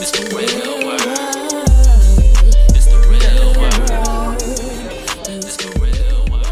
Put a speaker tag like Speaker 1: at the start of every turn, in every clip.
Speaker 1: It's the real word. It's the real word. It's the real word.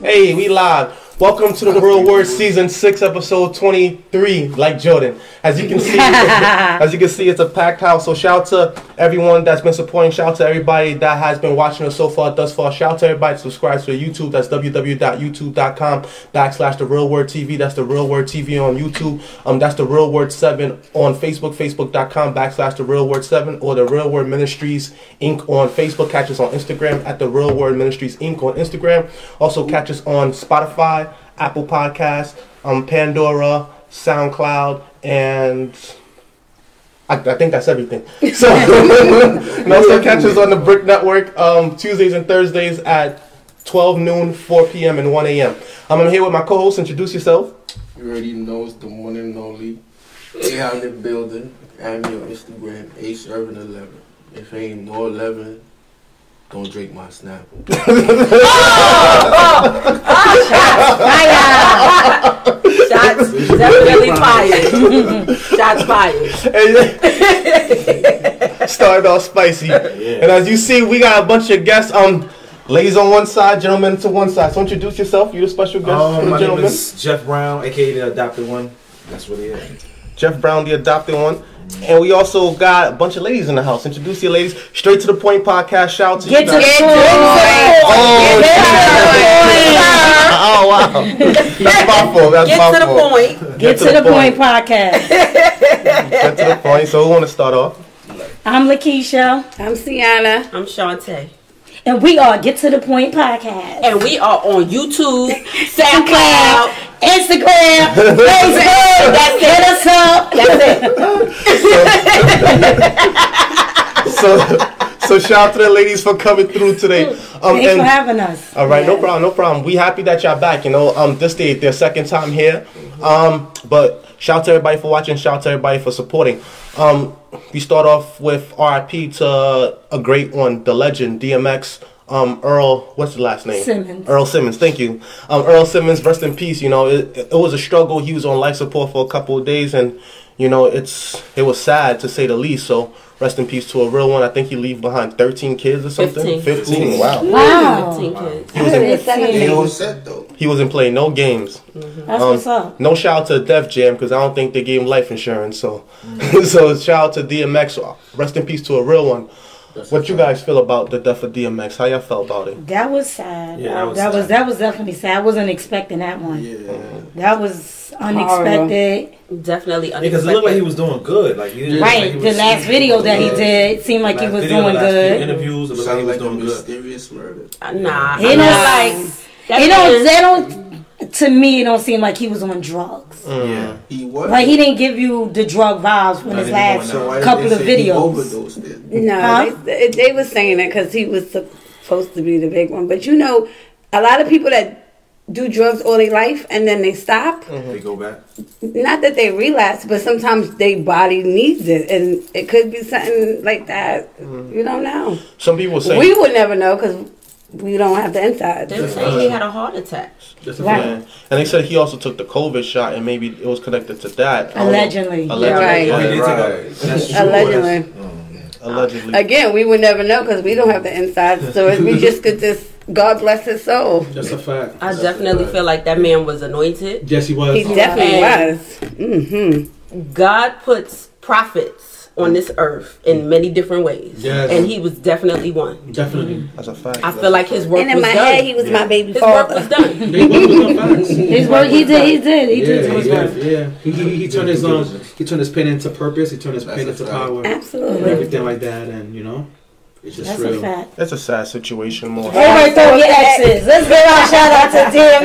Speaker 2: Hey, we live. Welcome to the World War Season Six, Episode Twenty Three. Like Jordan, as you can see, as you can see, it's a packed house. So shout out to everyone that's been supporting. Shout out to everybody that has been watching us so far, thus far. Shout out to everybody that subscribes to YouTube. That's www.youtube.com backslash The Real Word TV. That's The Real Word TV on YouTube. Um, that's The Real Word Seven on Facebook. Facebook.com backslash The Real Word Seven or The Real Word Ministries Inc. on Facebook. Catch us on Instagram at The Real Word Ministries Inc. on Instagram. Also catch us on Spotify, Apple Podcasts, um, Pandora, SoundCloud, and I, I think that's everything. So, and also catch us on the Brick Network um, Tuesdays and Thursdays at 12 noon, 4 p.m., and 1 a.m. Um, I'm here with my co host. Introduce yourself.
Speaker 3: You already know it's the one and only. They out in the building. Add me on Instagram, Ace Urban Eleven. If ain't no eleven, don't drink my Snapple.
Speaker 4: Shots definitely fired. Shots fired.
Speaker 2: And Started off spicy. And as you see, we got a bunch of guests. Um, Ladies on one side, gentlemen to one side. So introduce yourself. You're the special guest for
Speaker 5: Um,
Speaker 2: the
Speaker 5: my name
Speaker 2: gentlemen.
Speaker 5: is Jeff Brown, aka the adopted one. That's what it is.
Speaker 2: Jeff Brown, the adopted one. And we also got a bunch of ladies in the house. Introduce your ladies. Straight to the point podcast. Shout out to
Speaker 4: Get
Speaker 2: you
Speaker 4: to the
Speaker 2: guys.
Speaker 4: point.
Speaker 2: Oh,
Speaker 4: Get to the point.
Speaker 2: Oh wow, that's my fault. That's
Speaker 4: Get
Speaker 2: my
Speaker 4: to the
Speaker 2: fault.
Speaker 4: point.
Speaker 2: Get,
Speaker 6: To the point podcast.
Speaker 2: Get to the point. So we want to start off.
Speaker 6: I'm Lakeisha,
Speaker 7: I'm Sienna.
Speaker 4: I'm Shantae.
Speaker 6: and we are Get to the Point podcast.
Speaker 4: And we are on YouTube, SoundCloud.
Speaker 6: Instagram, Facebook,
Speaker 4: That's
Speaker 6: hit us up.
Speaker 4: That's it.
Speaker 2: So, so shout out to the ladies for coming through today. Um,
Speaker 6: Thanks for
Speaker 2: and,
Speaker 6: having us.
Speaker 2: all right, no problem, no problem. We happy that y'all back. You know, um, this day their second time here. Um, but shout out to everybody for watching. Shout out to everybody for supporting. Um, we start off with RIP to a great one, the legend DMX. Um, Earl, what's his last name?
Speaker 6: Simmons.
Speaker 2: Earl Simmons, thank you. Um, Earl Simmons, rest in peace. You know, it, it was a struggle. He was on life support for a couple of days, and you know, it's it was sad to say the least. So rest in peace to a real one. I think he leave behind 13 kids or something.
Speaker 4: Fifteen.
Speaker 2: 15. Wow.
Speaker 7: Oh.
Speaker 6: Wow.
Speaker 4: Fifteen kids.
Speaker 2: He was in,
Speaker 3: Ain't no set though.
Speaker 2: he wasn't playing no games.
Speaker 6: That's
Speaker 3: Oh.
Speaker 2: Um,
Speaker 6: what's up.
Speaker 2: No shout out to Def Jam because I don't think they gave him life insurance. So,
Speaker 6: Mm.
Speaker 2: so shout out to DMX. Rest in peace to a real one. What you guys feel about the death of DMX? How y'all felt about it?
Speaker 6: That was sad.
Speaker 5: Yeah, that
Speaker 6: that,
Speaker 5: was
Speaker 6: was
Speaker 5: sad.
Speaker 6: that was definitely sad. I wasn't expecting that one.
Speaker 3: Yeah.
Speaker 6: That was unexpected.
Speaker 4: Definitely
Speaker 5: Because it
Speaker 4: unexpected.
Speaker 5: looked like he was doing good. Like he didn't look like
Speaker 6: Right.
Speaker 5: he
Speaker 6: The
Speaker 5: was-
Speaker 6: last video that he did seemed like he
Speaker 5: last
Speaker 6: was
Speaker 5: video,
Speaker 6: doing
Speaker 5: the last few
Speaker 6: good.
Speaker 5: Interviews, it looked like he
Speaker 3: Sound
Speaker 5: was
Speaker 3: like a
Speaker 5: doing good.
Speaker 3: mysterious murder.
Speaker 4: nah.
Speaker 6: He don't
Speaker 4: nah.
Speaker 6: like
Speaker 4: That
Speaker 6: it don't
Speaker 4: man-
Speaker 6: that don't to me it don't seem like he was on drugs.
Speaker 5: Yeah.
Speaker 3: He was.
Speaker 6: Like Mm. he didn't give you the drug vibes when
Speaker 5: Not
Speaker 6: his
Speaker 5: anymore,
Speaker 6: last
Speaker 5: no.
Speaker 3: So why did
Speaker 6: couple
Speaker 3: they
Speaker 6: of
Speaker 3: say he
Speaker 6: videos.
Speaker 3: overdosed then?
Speaker 7: No,
Speaker 6: Huh?
Speaker 7: they, they were saying that because he was supposed to be the big one. But you know, a lot of people that do drugs all their life and then they stop.
Speaker 5: They go back.
Speaker 7: Not that they relapse, but sometimes their body needs it, and it could be something like that.
Speaker 4: Mm-hmm.
Speaker 7: You don't know.
Speaker 2: Some people say
Speaker 7: We would never know because we don't have the inside.
Speaker 4: They were saying he had a heart attack.
Speaker 6: Right.
Speaker 2: Yeah. And they said he also took the COVID shot, and maybe it was connected to that. I don't know.
Speaker 6: Allegedly.
Speaker 2: Allegedly.
Speaker 5: Oh, he
Speaker 2: yeah,
Speaker 5: did take a-
Speaker 3: Right.
Speaker 5: That's true.
Speaker 7: Allegedly.
Speaker 2: Allegedly.
Speaker 7: Again, we would never know because we don't have the inside. So we just could just God bless his soul.
Speaker 8: That's a fact.
Speaker 3: That's
Speaker 4: I definitely
Speaker 3: right.
Speaker 4: feel like that man was anointed.
Speaker 8: Yes, he was.
Speaker 7: He definitely
Speaker 4: And-
Speaker 7: was. Mm-hmm.
Speaker 4: God puts prophets on this earth in many different ways,
Speaker 8: Yes.
Speaker 4: and he was definitely one.
Speaker 8: Definitely.
Speaker 2: That's a fact.
Speaker 4: I feel like his work
Speaker 7: And in
Speaker 4: was
Speaker 7: my
Speaker 4: done.
Speaker 7: head, he was my baby
Speaker 4: his work was
Speaker 7: father.
Speaker 4: done.
Speaker 8: They both were the facts.
Speaker 6: His work, he did, he did, he did.
Speaker 8: Yeah,
Speaker 6: his
Speaker 8: yeah,
Speaker 6: work.
Speaker 8: yeah. He, he, he turned his um, he turned his pain into purpose. He turned his
Speaker 3: That's
Speaker 8: pain
Speaker 3: a
Speaker 8: into
Speaker 3: fact.
Speaker 8: power and
Speaker 7: Absolutely.
Speaker 8: everything like that. And you know, it's just
Speaker 6: That's a
Speaker 8: real.
Speaker 6: fact.
Speaker 2: That's a sad situation, more.
Speaker 6: Everybody throw your exes. Let's give our shout out to
Speaker 7: In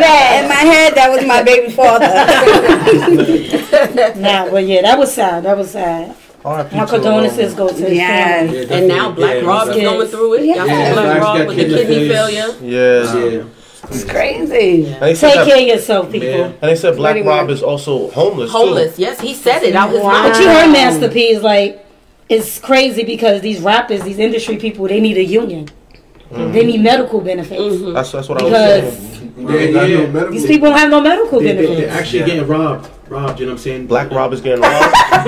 Speaker 7: my
Speaker 6: DMX.
Speaker 7: head, that was my baby father.
Speaker 6: Nah, well, yeah, that was sad. That was sad.
Speaker 2: R.I.P.
Speaker 6: My
Speaker 2: to, um,
Speaker 6: condolences go to his family.
Speaker 7: yes.
Speaker 8: Yeah,
Speaker 4: And now
Speaker 8: definitely. Yeah,
Speaker 4: Black Rob is
Speaker 6: Yeah.
Speaker 4: going through it. Y'all see Black
Speaker 7: Yeah.
Speaker 8: Black's
Speaker 4: Rob
Speaker 8: got
Speaker 4: with the
Speaker 8: kidney
Speaker 4: kidney
Speaker 8: failures.
Speaker 4: failure.
Speaker 2: Yes.
Speaker 8: Yeah.
Speaker 7: It's crazy.
Speaker 2: And they said
Speaker 6: Take
Speaker 2: that-
Speaker 6: care of yourself, people.
Speaker 8: Yeah.
Speaker 2: And they said Black
Speaker 7: Pretty
Speaker 2: Rob
Speaker 7: much.
Speaker 2: is also homeless. too.
Speaker 4: Homeless. Yes, he said it out his
Speaker 7: Wow.
Speaker 4: mouth.
Speaker 6: But you heard Master P is like, it's crazy because these rappers, these industry people, they need a union. They need medical benefits.
Speaker 4: Mhm.
Speaker 2: That's that's what I was saying.
Speaker 6: Because
Speaker 3: They ain't got no
Speaker 8: Yeah.
Speaker 3: medical-
Speaker 6: these people don't have no medical
Speaker 8: They, they,
Speaker 6: benefits.
Speaker 8: they're actually
Speaker 3: Yeah.
Speaker 8: getting robbed. Robbed, you know what I'm saying?
Speaker 2: Black Rob is getting robbed.
Speaker 8: A lot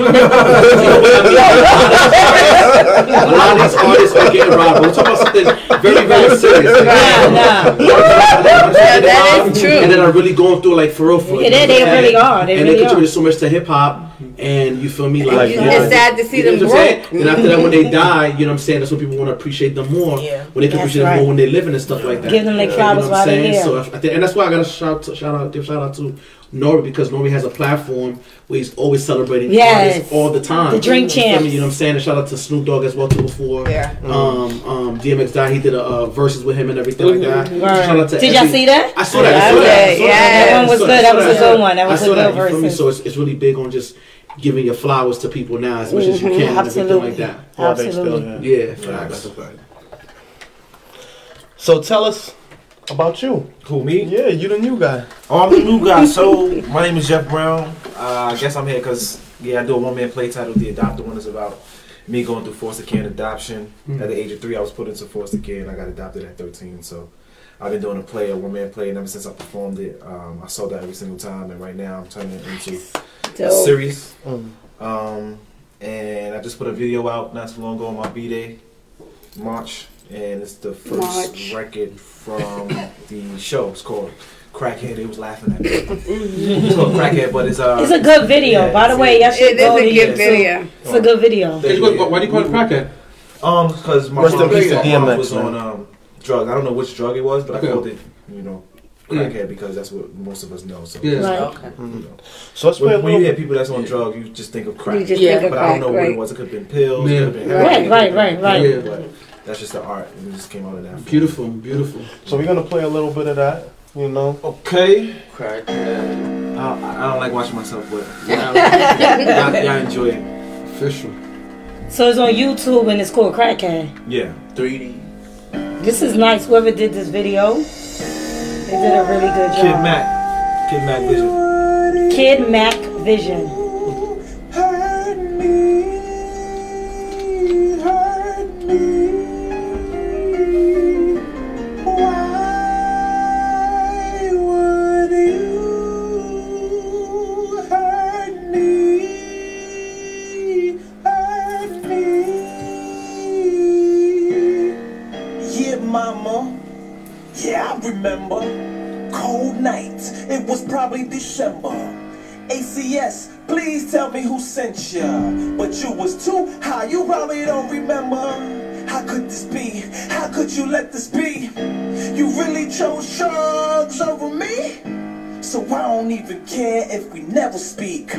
Speaker 8: of these artists are getting robbed. We're talking about something very, very serious. Like,
Speaker 6: Nah, nah.
Speaker 8: yeah,
Speaker 7: that is true.
Speaker 8: And then are really going through like for real, for real.
Speaker 6: Yeah, they- they
Speaker 8: And-
Speaker 6: really are. They
Speaker 8: and
Speaker 6: really
Speaker 8: they
Speaker 6: are.
Speaker 8: contributed so much to hip hop. And you feel me? Like,
Speaker 2: Like,
Speaker 8: yeah.
Speaker 7: It's sad to see
Speaker 8: You know
Speaker 7: them
Speaker 8: what I'm saying?
Speaker 7: broke.
Speaker 8: Then after that, when they die, you know what I'm saying? That's when people want to appreciate them more.
Speaker 4: Yeah.
Speaker 8: When they can
Speaker 6: That's
Speaker 8: appreciate them
Speaker 6: right.
Speaker 8: more when they're living and stuff like that.
Speaker 6: Give them their
Speaker 8: You know
Speaker 6: flowers
Speaker 8: what I'm
Speaker 6: while they're
Speaker 8: saying?
Speaker 6: here.
Speaker 8: So if- I think- and that's why I gotta shout to, shout out give shout out to Nori because Nori has a platform where he's always celebrating
Speaker 6: Yes.
Speaker 8: artists all the time.
Speaker 6: The Drink
Speaker 8: You feel me?
Speaker 6: Champs.
Speaker 8: You know what I'm saying? And shout out to Snoop Dogg as well too before.
Speaker 4: Yeah.
Speaker 8: Um, um, DMX died. He did a uh, verses with him and everything like that.
Speaker 6: Right.
Speaker 8: Shout out to
Speaker 6: Mm-hmm. Did y'all
Speaker 8: every-
Speaker 6: see that?
Speaker 8: I saw that. I saw that. I saw I
Speaker 7: Yeah,
Speaker 6: that one was
Speaker 8: saw
Speaker 6: good.
Speaker 8: I
Speaker 6: That
Speaker 8: saw
Speaker 6: was a
Speaker 8: I saw
Speaker 6: good one. That was
Speaker 8: I saw
Speaker 6: a good
Speaker 8: you feel me?
Speaker 6: verse.
Speaker 8: So it's, it's really big on just giving your flowers to people now as much as you
Speaker 6: Mhm,
Speaker 8: can and
Speaker 6: absolutely.
Speaker 8: everything like that.
Speaker 2: Well, they still,
Speaker 6: Absolutely.
Speaker 2: yeah.
Speaker 8: Yeah,
Speaker 3: Yeah, that's
Speaker 8: facts.
Speaker 3: a fact.
Speaker 2: So tell us about you.
Speaker 5: Who, me?
Speaker 2: Yeah, you the new guy.
Speaker 5: Oh, I'm the new guy. So my name is Jeff Brown. Uh, I guess I'm here because yeah, I do a one man play titled The Adopted One. It's about me going through foster care and adoption. At the age of three, I was put into foster care and I got adopted at 13. So I've been doing a play, a one man play, and ever since I performed it, um, I sold that every single time. And right now, I'm turning it into a
Speaker 7: Dope.
Speaker 5: series.
Speaker 2: Mm.
Speaker 5: Um, and I just put a video out not too long ago on my B Day, March, and it's the first
Speaker 7: March.
Speaker 5: record from the show. It's called Crackhead. It was laughing at me. it's called Crackhead, but it's uh.
Speaker 6: It's a good video,
Speaker 5: Yeah,
Speaker 6: by the
Speaker 5: it's
Speaker 6: way.
Speaker 5: a-
Speaker 6: Y'all
Speaker 7: It
Speaker 6: should
Speaker 7: is
Speaker 6: go
Speaker 7: a
Speaker 6: to
Speaker 7: good
Speaker 6: YouTube.
Speaker 7: video.
Speaker 6: It's a good video.
Speaker 5: Thank
Speaker 8: Why- Why, why do you call it crackhead?
Speaker 5: Um, because my
Speaker 2: Rest in
Speaker 5: mom,
Speaker 2: peace
Speaker 5: my
Speaker 2: to
Speaker 5: mom
Speaker 2: DMX,
Speaker 5: was on um drug. I don't know which drug it was, but
Speaker 8: Okay.
Speaker 5: I called it, you know, Crackhead because that's what most of us know. So.
Speaker 8: Yeah.
Speaker 5: it's,
Speaker 6: Right.
Speaker 4: Okay.
Speaker 5: You know.
Speaker 2: So let's play a
Speaker 5: When, when you
Speaker 2: little.
Speaker 5: hear people that's on drug, you just think of crack.
Speaker 7: You just
Speaker 4: Yeah.
Speaker 7: think of
Speaker 5: But I
Speaker 7: crack,
Speaker 5: don't know what it
Speaker 7: right?
Speaker 5: was. It could have been pills.
Speaker 8: Yeah.
Speaker 5: It could have been
Speaker 6: Right,
Speaker 5: heroin,
Speaker 6: right,
Speaker 5: it could've been-
Speaker 6: right,
Speaker 8: right.
Speaker 5: you know, But that's just the art. And we just came out of that.
Speaker 8: Beautiful, beautiful.
Speaker 2: So we're gonna play a little bit of that. You know.
Speaker 5: Okay.
Speaker 3: Crack.
Speaker 5: I, I don't like watching myself, but y'all, y'all enjoy it.
Speaker 8: Official.
Speaker 6: So it's on YouTube and it's called Crackhead.
Speaker 5: Yeah.
Speaker 3: 3D.
Speaker 6: This is nice. Whoever did this video, they did a really good
Speaker 5: Kid
Speaker 6: job.
Speaker 5: Mac. Kid Mac Vision.
Speaker 6: Kid Mac Vision.
Speaker 9: Yeah, mama. Yeah, I remember. Cold night. It was probably December. ACS, please tell me who sent ya. But you was too high. You probably don't remember. How could this be? How could you let this be? You really chose drugs over me? So I don't even care if we never speak.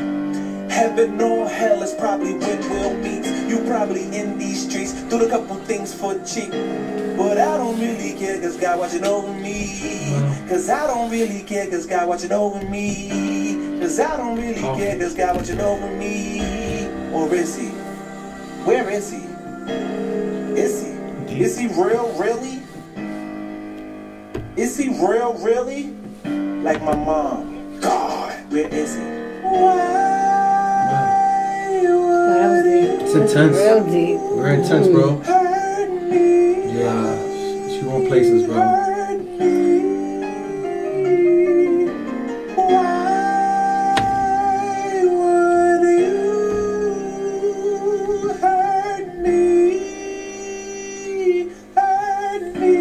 Speaker 9: Heaven or hell is probably when we'll meet. You probably in these streets doing a couple things for cheap. But I don't really care cause God watching over me. Cause I don't really care cause God watching over me. Cause I don't really care cause God watching over me. Or is he? Where is he? Is he? Is he real, really? Is he real, really? Like my mom. Oh, God, where is he? Why would he
Speaker 8: It's intense.
Speaker 7: Real deep.
Speaker 8: Very intense, bro.
Speaker 9: hurt me?
Speaker 8: Yeah. She going places, bro.
Speaker 9: hurt me? Why would you hurt me? Hurt me?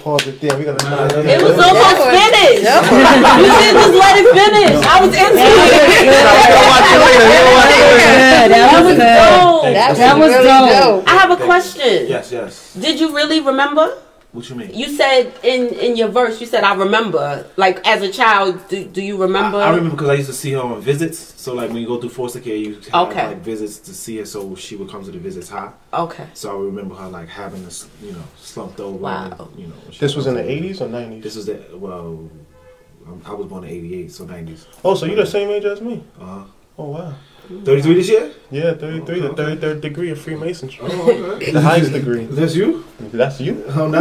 Speaker 2: pause it there. We're gonna.
Speaker 8: Uh,
Speaker 4: It was almost finished. you said just let it finish. I was into it.
Speaker 6: That was good.
Speaker 7: That was
Speaker 6: That was
Speaker 7: really
Speaker 6: dope.
Speaker 4: oh.
Speaker 7: dope.
Speaker 4: I have a question.
Speaker 5: Yes, yes.
Speaker 4: Did you really remember?
Speaker 5: What you mean?
Speaker 4: You said in in your verse, you said I remember. Like as a child, do, do you remember?
Speaker 5: I remember because I used to see her on visits. So like when you go through foster care, you have
Speaker 4: Okay.
Speaker 5: like visits to see her. So she would come to the visits hot.
Speaker 4: Okay.
Speaker 5: So I remember her like having this, you know, slumped over.
Speaker 4: Wow.
Speaker 5: And, you know, she
Speaker 2: This was in the 80s or 90s?
Speaker 5: This was the well, um, I was born in '88, so '90s.
Speaker 2: Oh, so you're the same age as me?
Speaker 5: Uh,
Speaker 2: Oh wow.
Speaker 5: 33 this year?
Speaker 2: Yeah, 33, the 33rd degree of Freemasonry.
Speaker 5: Oh, okay.
Speaker 2: The highest degree.
Speaker 5: That's you?
Speaker 2: That's you.
Speaker 5: Oh, no.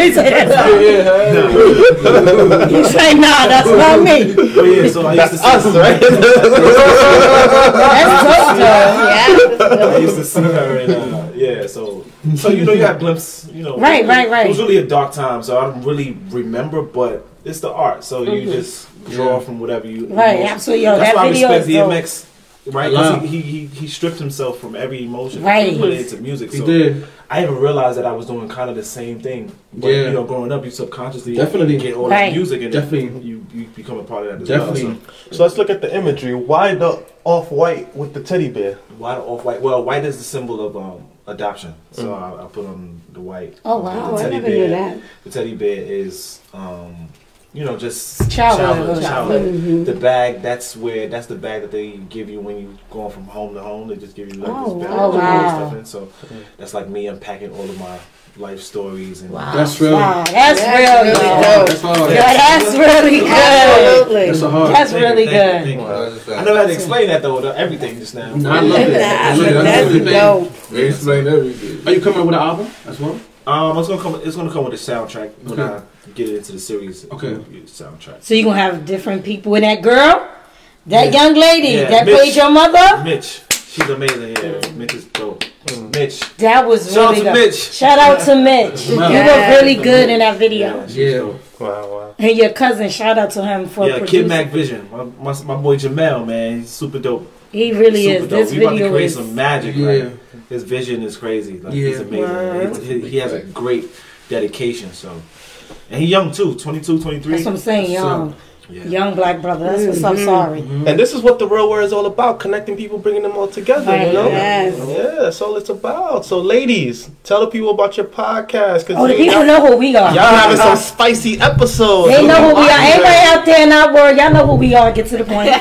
Speaker 6: He said, he said, nah, that's not me.
Speaker 5: But Oh, yeah, so I used to
Speaker 2: That's
Speaker 5: see
Speaker 2: us, right?
Speaker 6: That's dope, though.
Speaker 5: I used to see her, and uh, yeah, so so you know you have glimpses, you know.
Speaker 6: Right, right,
Speaker 5: It was
Speaker 6: right.
Speaker 5: really a dark time, so I don't really remember, but it's the art, so you just draw from whatever you.
Speaker 6: Mm-hmm. Right,
Speaker 5: emotion.
Speaker 6: absolutely. Yo,
Speaker 5: That's
Speaker 6: that
Speaker 5: why I
Speaker 6: video
Speaker 5: respect
Speaker 6: is dope.
Speaker 5: DMX. Right, 'cause he, he he he stripped himself from every emotion,
Speaker 6: Right.
Speaker 5: and put it into music.
Speaker 8: He
Speaker 5: So
Speaker 8: did.
Speaker 5: I even realized that I was doing kind of the same thing. But,
Speaker 8: Yeah.
Speaker 5: you know, growing up, you subconsciously
Speaker 8: Definitely.
Speaker 5: get all
Speaker 6: Right.
Speaker 5: this music, and
Speaker 8: Definitely.
Speaker 5: you you become a part of that. As
Speaker 8: Definitely.
Speaker 5: Well.
Speaker 2: so let's look at the imagery. Why the off-white with the teddy bear?
Speaker 5: So white off white. Well, white is the symbol of um, adoption, so
Speaker 8: Mm.
Speaker 5: I, I put on the white.
Speaker 6: Oh, wow.
Speaker 7: Oh, I never knew that.
Speaker 5: The teddy bear is, um, you know, just
Speaker 6: Childhood. Mm-hmm.
Speaker 5: childhood.
Speaker 6: Childhood.
Speaker 5: childhood. The bag. That's where. That's the bag that they give you when you going from home to home. They just give you like
Speaker 7: Oh,
Speaker 5: this bag
Speaker 6: wow.
Speaker 5: with all
Speaker 6: Wow.
Speaker 5: this stuff in. So that's like me unpacking all of my life stories and
Speaker 8: That's real.
Speaker 6: Wow, that's
Speaker 7: That's
Speaker 6: real,
Speaker 7: really
Speaker 6: yo.
Speaker 7: dope.
Speaker 8: That's hard.
Speaker 6: Yo, that's really good.
Speaker 8: That's
Speaker 7: Absolutely.
Speaker 8: a hard.
Speaker 6: That's
Speaker 5: Thank you,
Speaker 6: really
Speaker 5: thank you,
Speaker 6: good.
Speaker 5: thank you. I
Speaker 3: I
Speaker 5: never had to explain that though. the- Everything just now.
Speaker 8: No, I love it.
Speaker 7: That's,
Speaker 8: Look,
Speaker 7: that's
Speaker 8: everything.
Speaker 7: dope.
Speaker 3: They explain everything.
Speaker 8: Are you coming up with an album as well?
Speaker 5: Um, it's gonna come. It's gonna come with a soundtrack when
Speaker 8: Okay.
Speaker 5: I get it into the series.
Speaker 8: Okay.
Speaker 5: Soundtrack.
Speaker 6: So you gonna have different people in that girl, that young lady
Speaker 5: Yeah,
Speaker 6: that
Speaker 5: Mitch.
Speaker 6: played your mother.
Speaker 5: Mitch, she's amazing.
Speaker 6: Mm.
Speaker 5: Yeah, Mitch is dope. Mitch.
Speaker 6: That was
Speaker 5: Shout out
Speaker 6: really
Speaker 5: to
Speaker 6: dope.
Speaker 5: Mitch.
Speaker 6: Shout out to Mitch. You
Speaker 7: Yeah.
Speaker 6: were really good in that video.
Speaker 5: she's
Speaker 8: Yeah.
Speaker 5: dope.
Speaker 2: Wow, wow.
Speaker 6: And your cousin, shout out to him for
Speaker 5: Yeah, Kid
Speaker 6: producing.
Speaker 5: Mac Vision. My, my, my boy Jamel, man, he's super dope.
Speaker 6: he really
Speaker 5: super
Speaker 6: is.
Speaker 5: dope.
Speaker 6: This
Speaker 5: we about to
Speaker 6: video
Speaker 5: create
Speaker 6: is
Speaker 5: some magic,
Speaker 8: Yeah.
Speaker 5: right? His vision is crazy. Like
Speaker 8: Yeah.
Speaker 5: he's amazing. He, he- he has a great dedication. So, and he young too. 22, 23.
Speaker 6: that's what I'm saying, young,
Speaker 5: yeah. Mm-hmm.
Speaker 6: young black brother. That's what's
Speaker 7: Mm-hmm.
Speaker 6: up. Sorry,
Speaker 2: And this is what the real world is all about: connecting people, bringing them all together.
Speaker 6: Right.
Speaker 2: You know?
Speaker 7: Yes.
Speaker 2: Yeah, that's all it's about. So, ladies, tell the people about your podcast because
Speaker 6: oh, the people
Speaker 2: y'all,
Speaker 6: know who we are.
Speaker 2: y'all having some spicy episodes.
Speaker 6: They know who we are.
Speaker 2: Wow.
Speaker 6: Everybody out there in our world, y'all know who we are. Get to the point.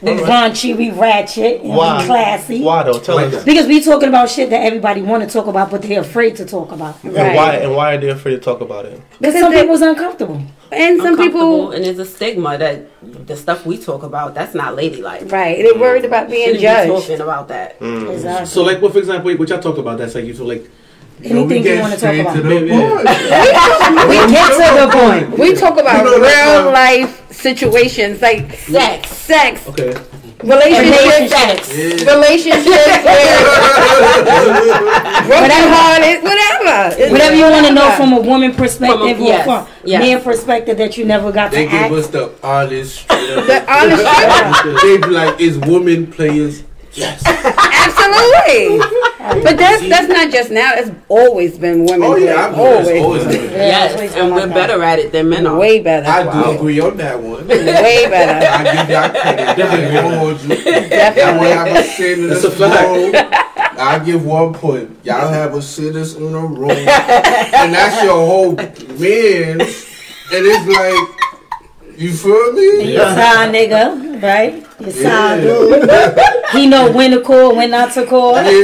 Speaker 6: We raunchy, we ratchet, and
Speaker 2: Why?
Speaker 6: we classy.
Speaker 2: Why though? Tell us.
Speaker 6: Because we talking about shit that everybody want to talk about, but they're afraid to talk about. Because
Speaker 2: And why? And why are they afraid to talk about it?
Speaker 6: some
Speaker 7: they-
Speaker 6: people's uncomfortable.
Speaker 7: And some people,
Speaker 4: and there's a stigma that the stuff we talk about that's not ladylike.
Speaker 7: right, they're worried about being
Speaker 4: Shouldn't be
Speaker 7: judged.
Speaker 4: talking about that.
Speaker 6: Exactly.
Speaker 8: So, like, what for example, what y'all talk about? That's like you feel like
Speaker 6: Anything you want to talk about.
Speaker 8: about?
Speaker 6: We get to the point.
Speaker 7: We talk
Speaker 8: You
Speaker 7: about
Speaker 8: know that's,
Speaker 7: real life situations like
Speaker 4: Sex.
Speaker 7: sex,
Speaker 8: Okay.
Speaker 7: relationships,
Speaker 6: Relationships.
Speaker 7: relationships, where broken hearted, whatever. It's
Speaker 6: Whatever you want to know
Speaker 7: whatever.
Speaker 6: from a woman perspective
Speaker 4: From a-
Speaker 6: or
Speaker 4: yes,
Speaker 6: from
Speaker 4: yes.
Speaker 6: man perspective that you never got
Speaker 3: They
Speaker 6: to
Speaker 3: give
Speaker 6: ask.
Speaker 3: us the honest. straight up-
Speaker 7: the honest truth.
Speaker 3: they be like, "Is women players?" Yes.
Speaker 7: Absolutely. But that's that's not just now. It's always been women.
Speaker 3: Oh yeah,
Speaker 7: players.
Speaker 3: I've always, always. been.
Speaker 4: Yes, and we're better at it than men are.
Speaker 7: Way better.
Speaker 3: I do agree on that one.
Speaker 7: Way better.
Speaker 3: I give y'all credit. I won't hold you. Y'all
Speaker 7: Definitely.
Speaker 3: won't have us sitting in
Speaker 8: That's
Speaker 3: the
Speaker 8: a
Speaker 3: room. I give one point. Y'all have us sitting in a room, and that's your whole man. And it's like, you feel me?
Speaker 6: You sound nigga, right? You sound
Speaker 3: Yeah.
Speaker 6: He know when to call, when not to call.
Speaker 3: Yeah.
Speaker 6: You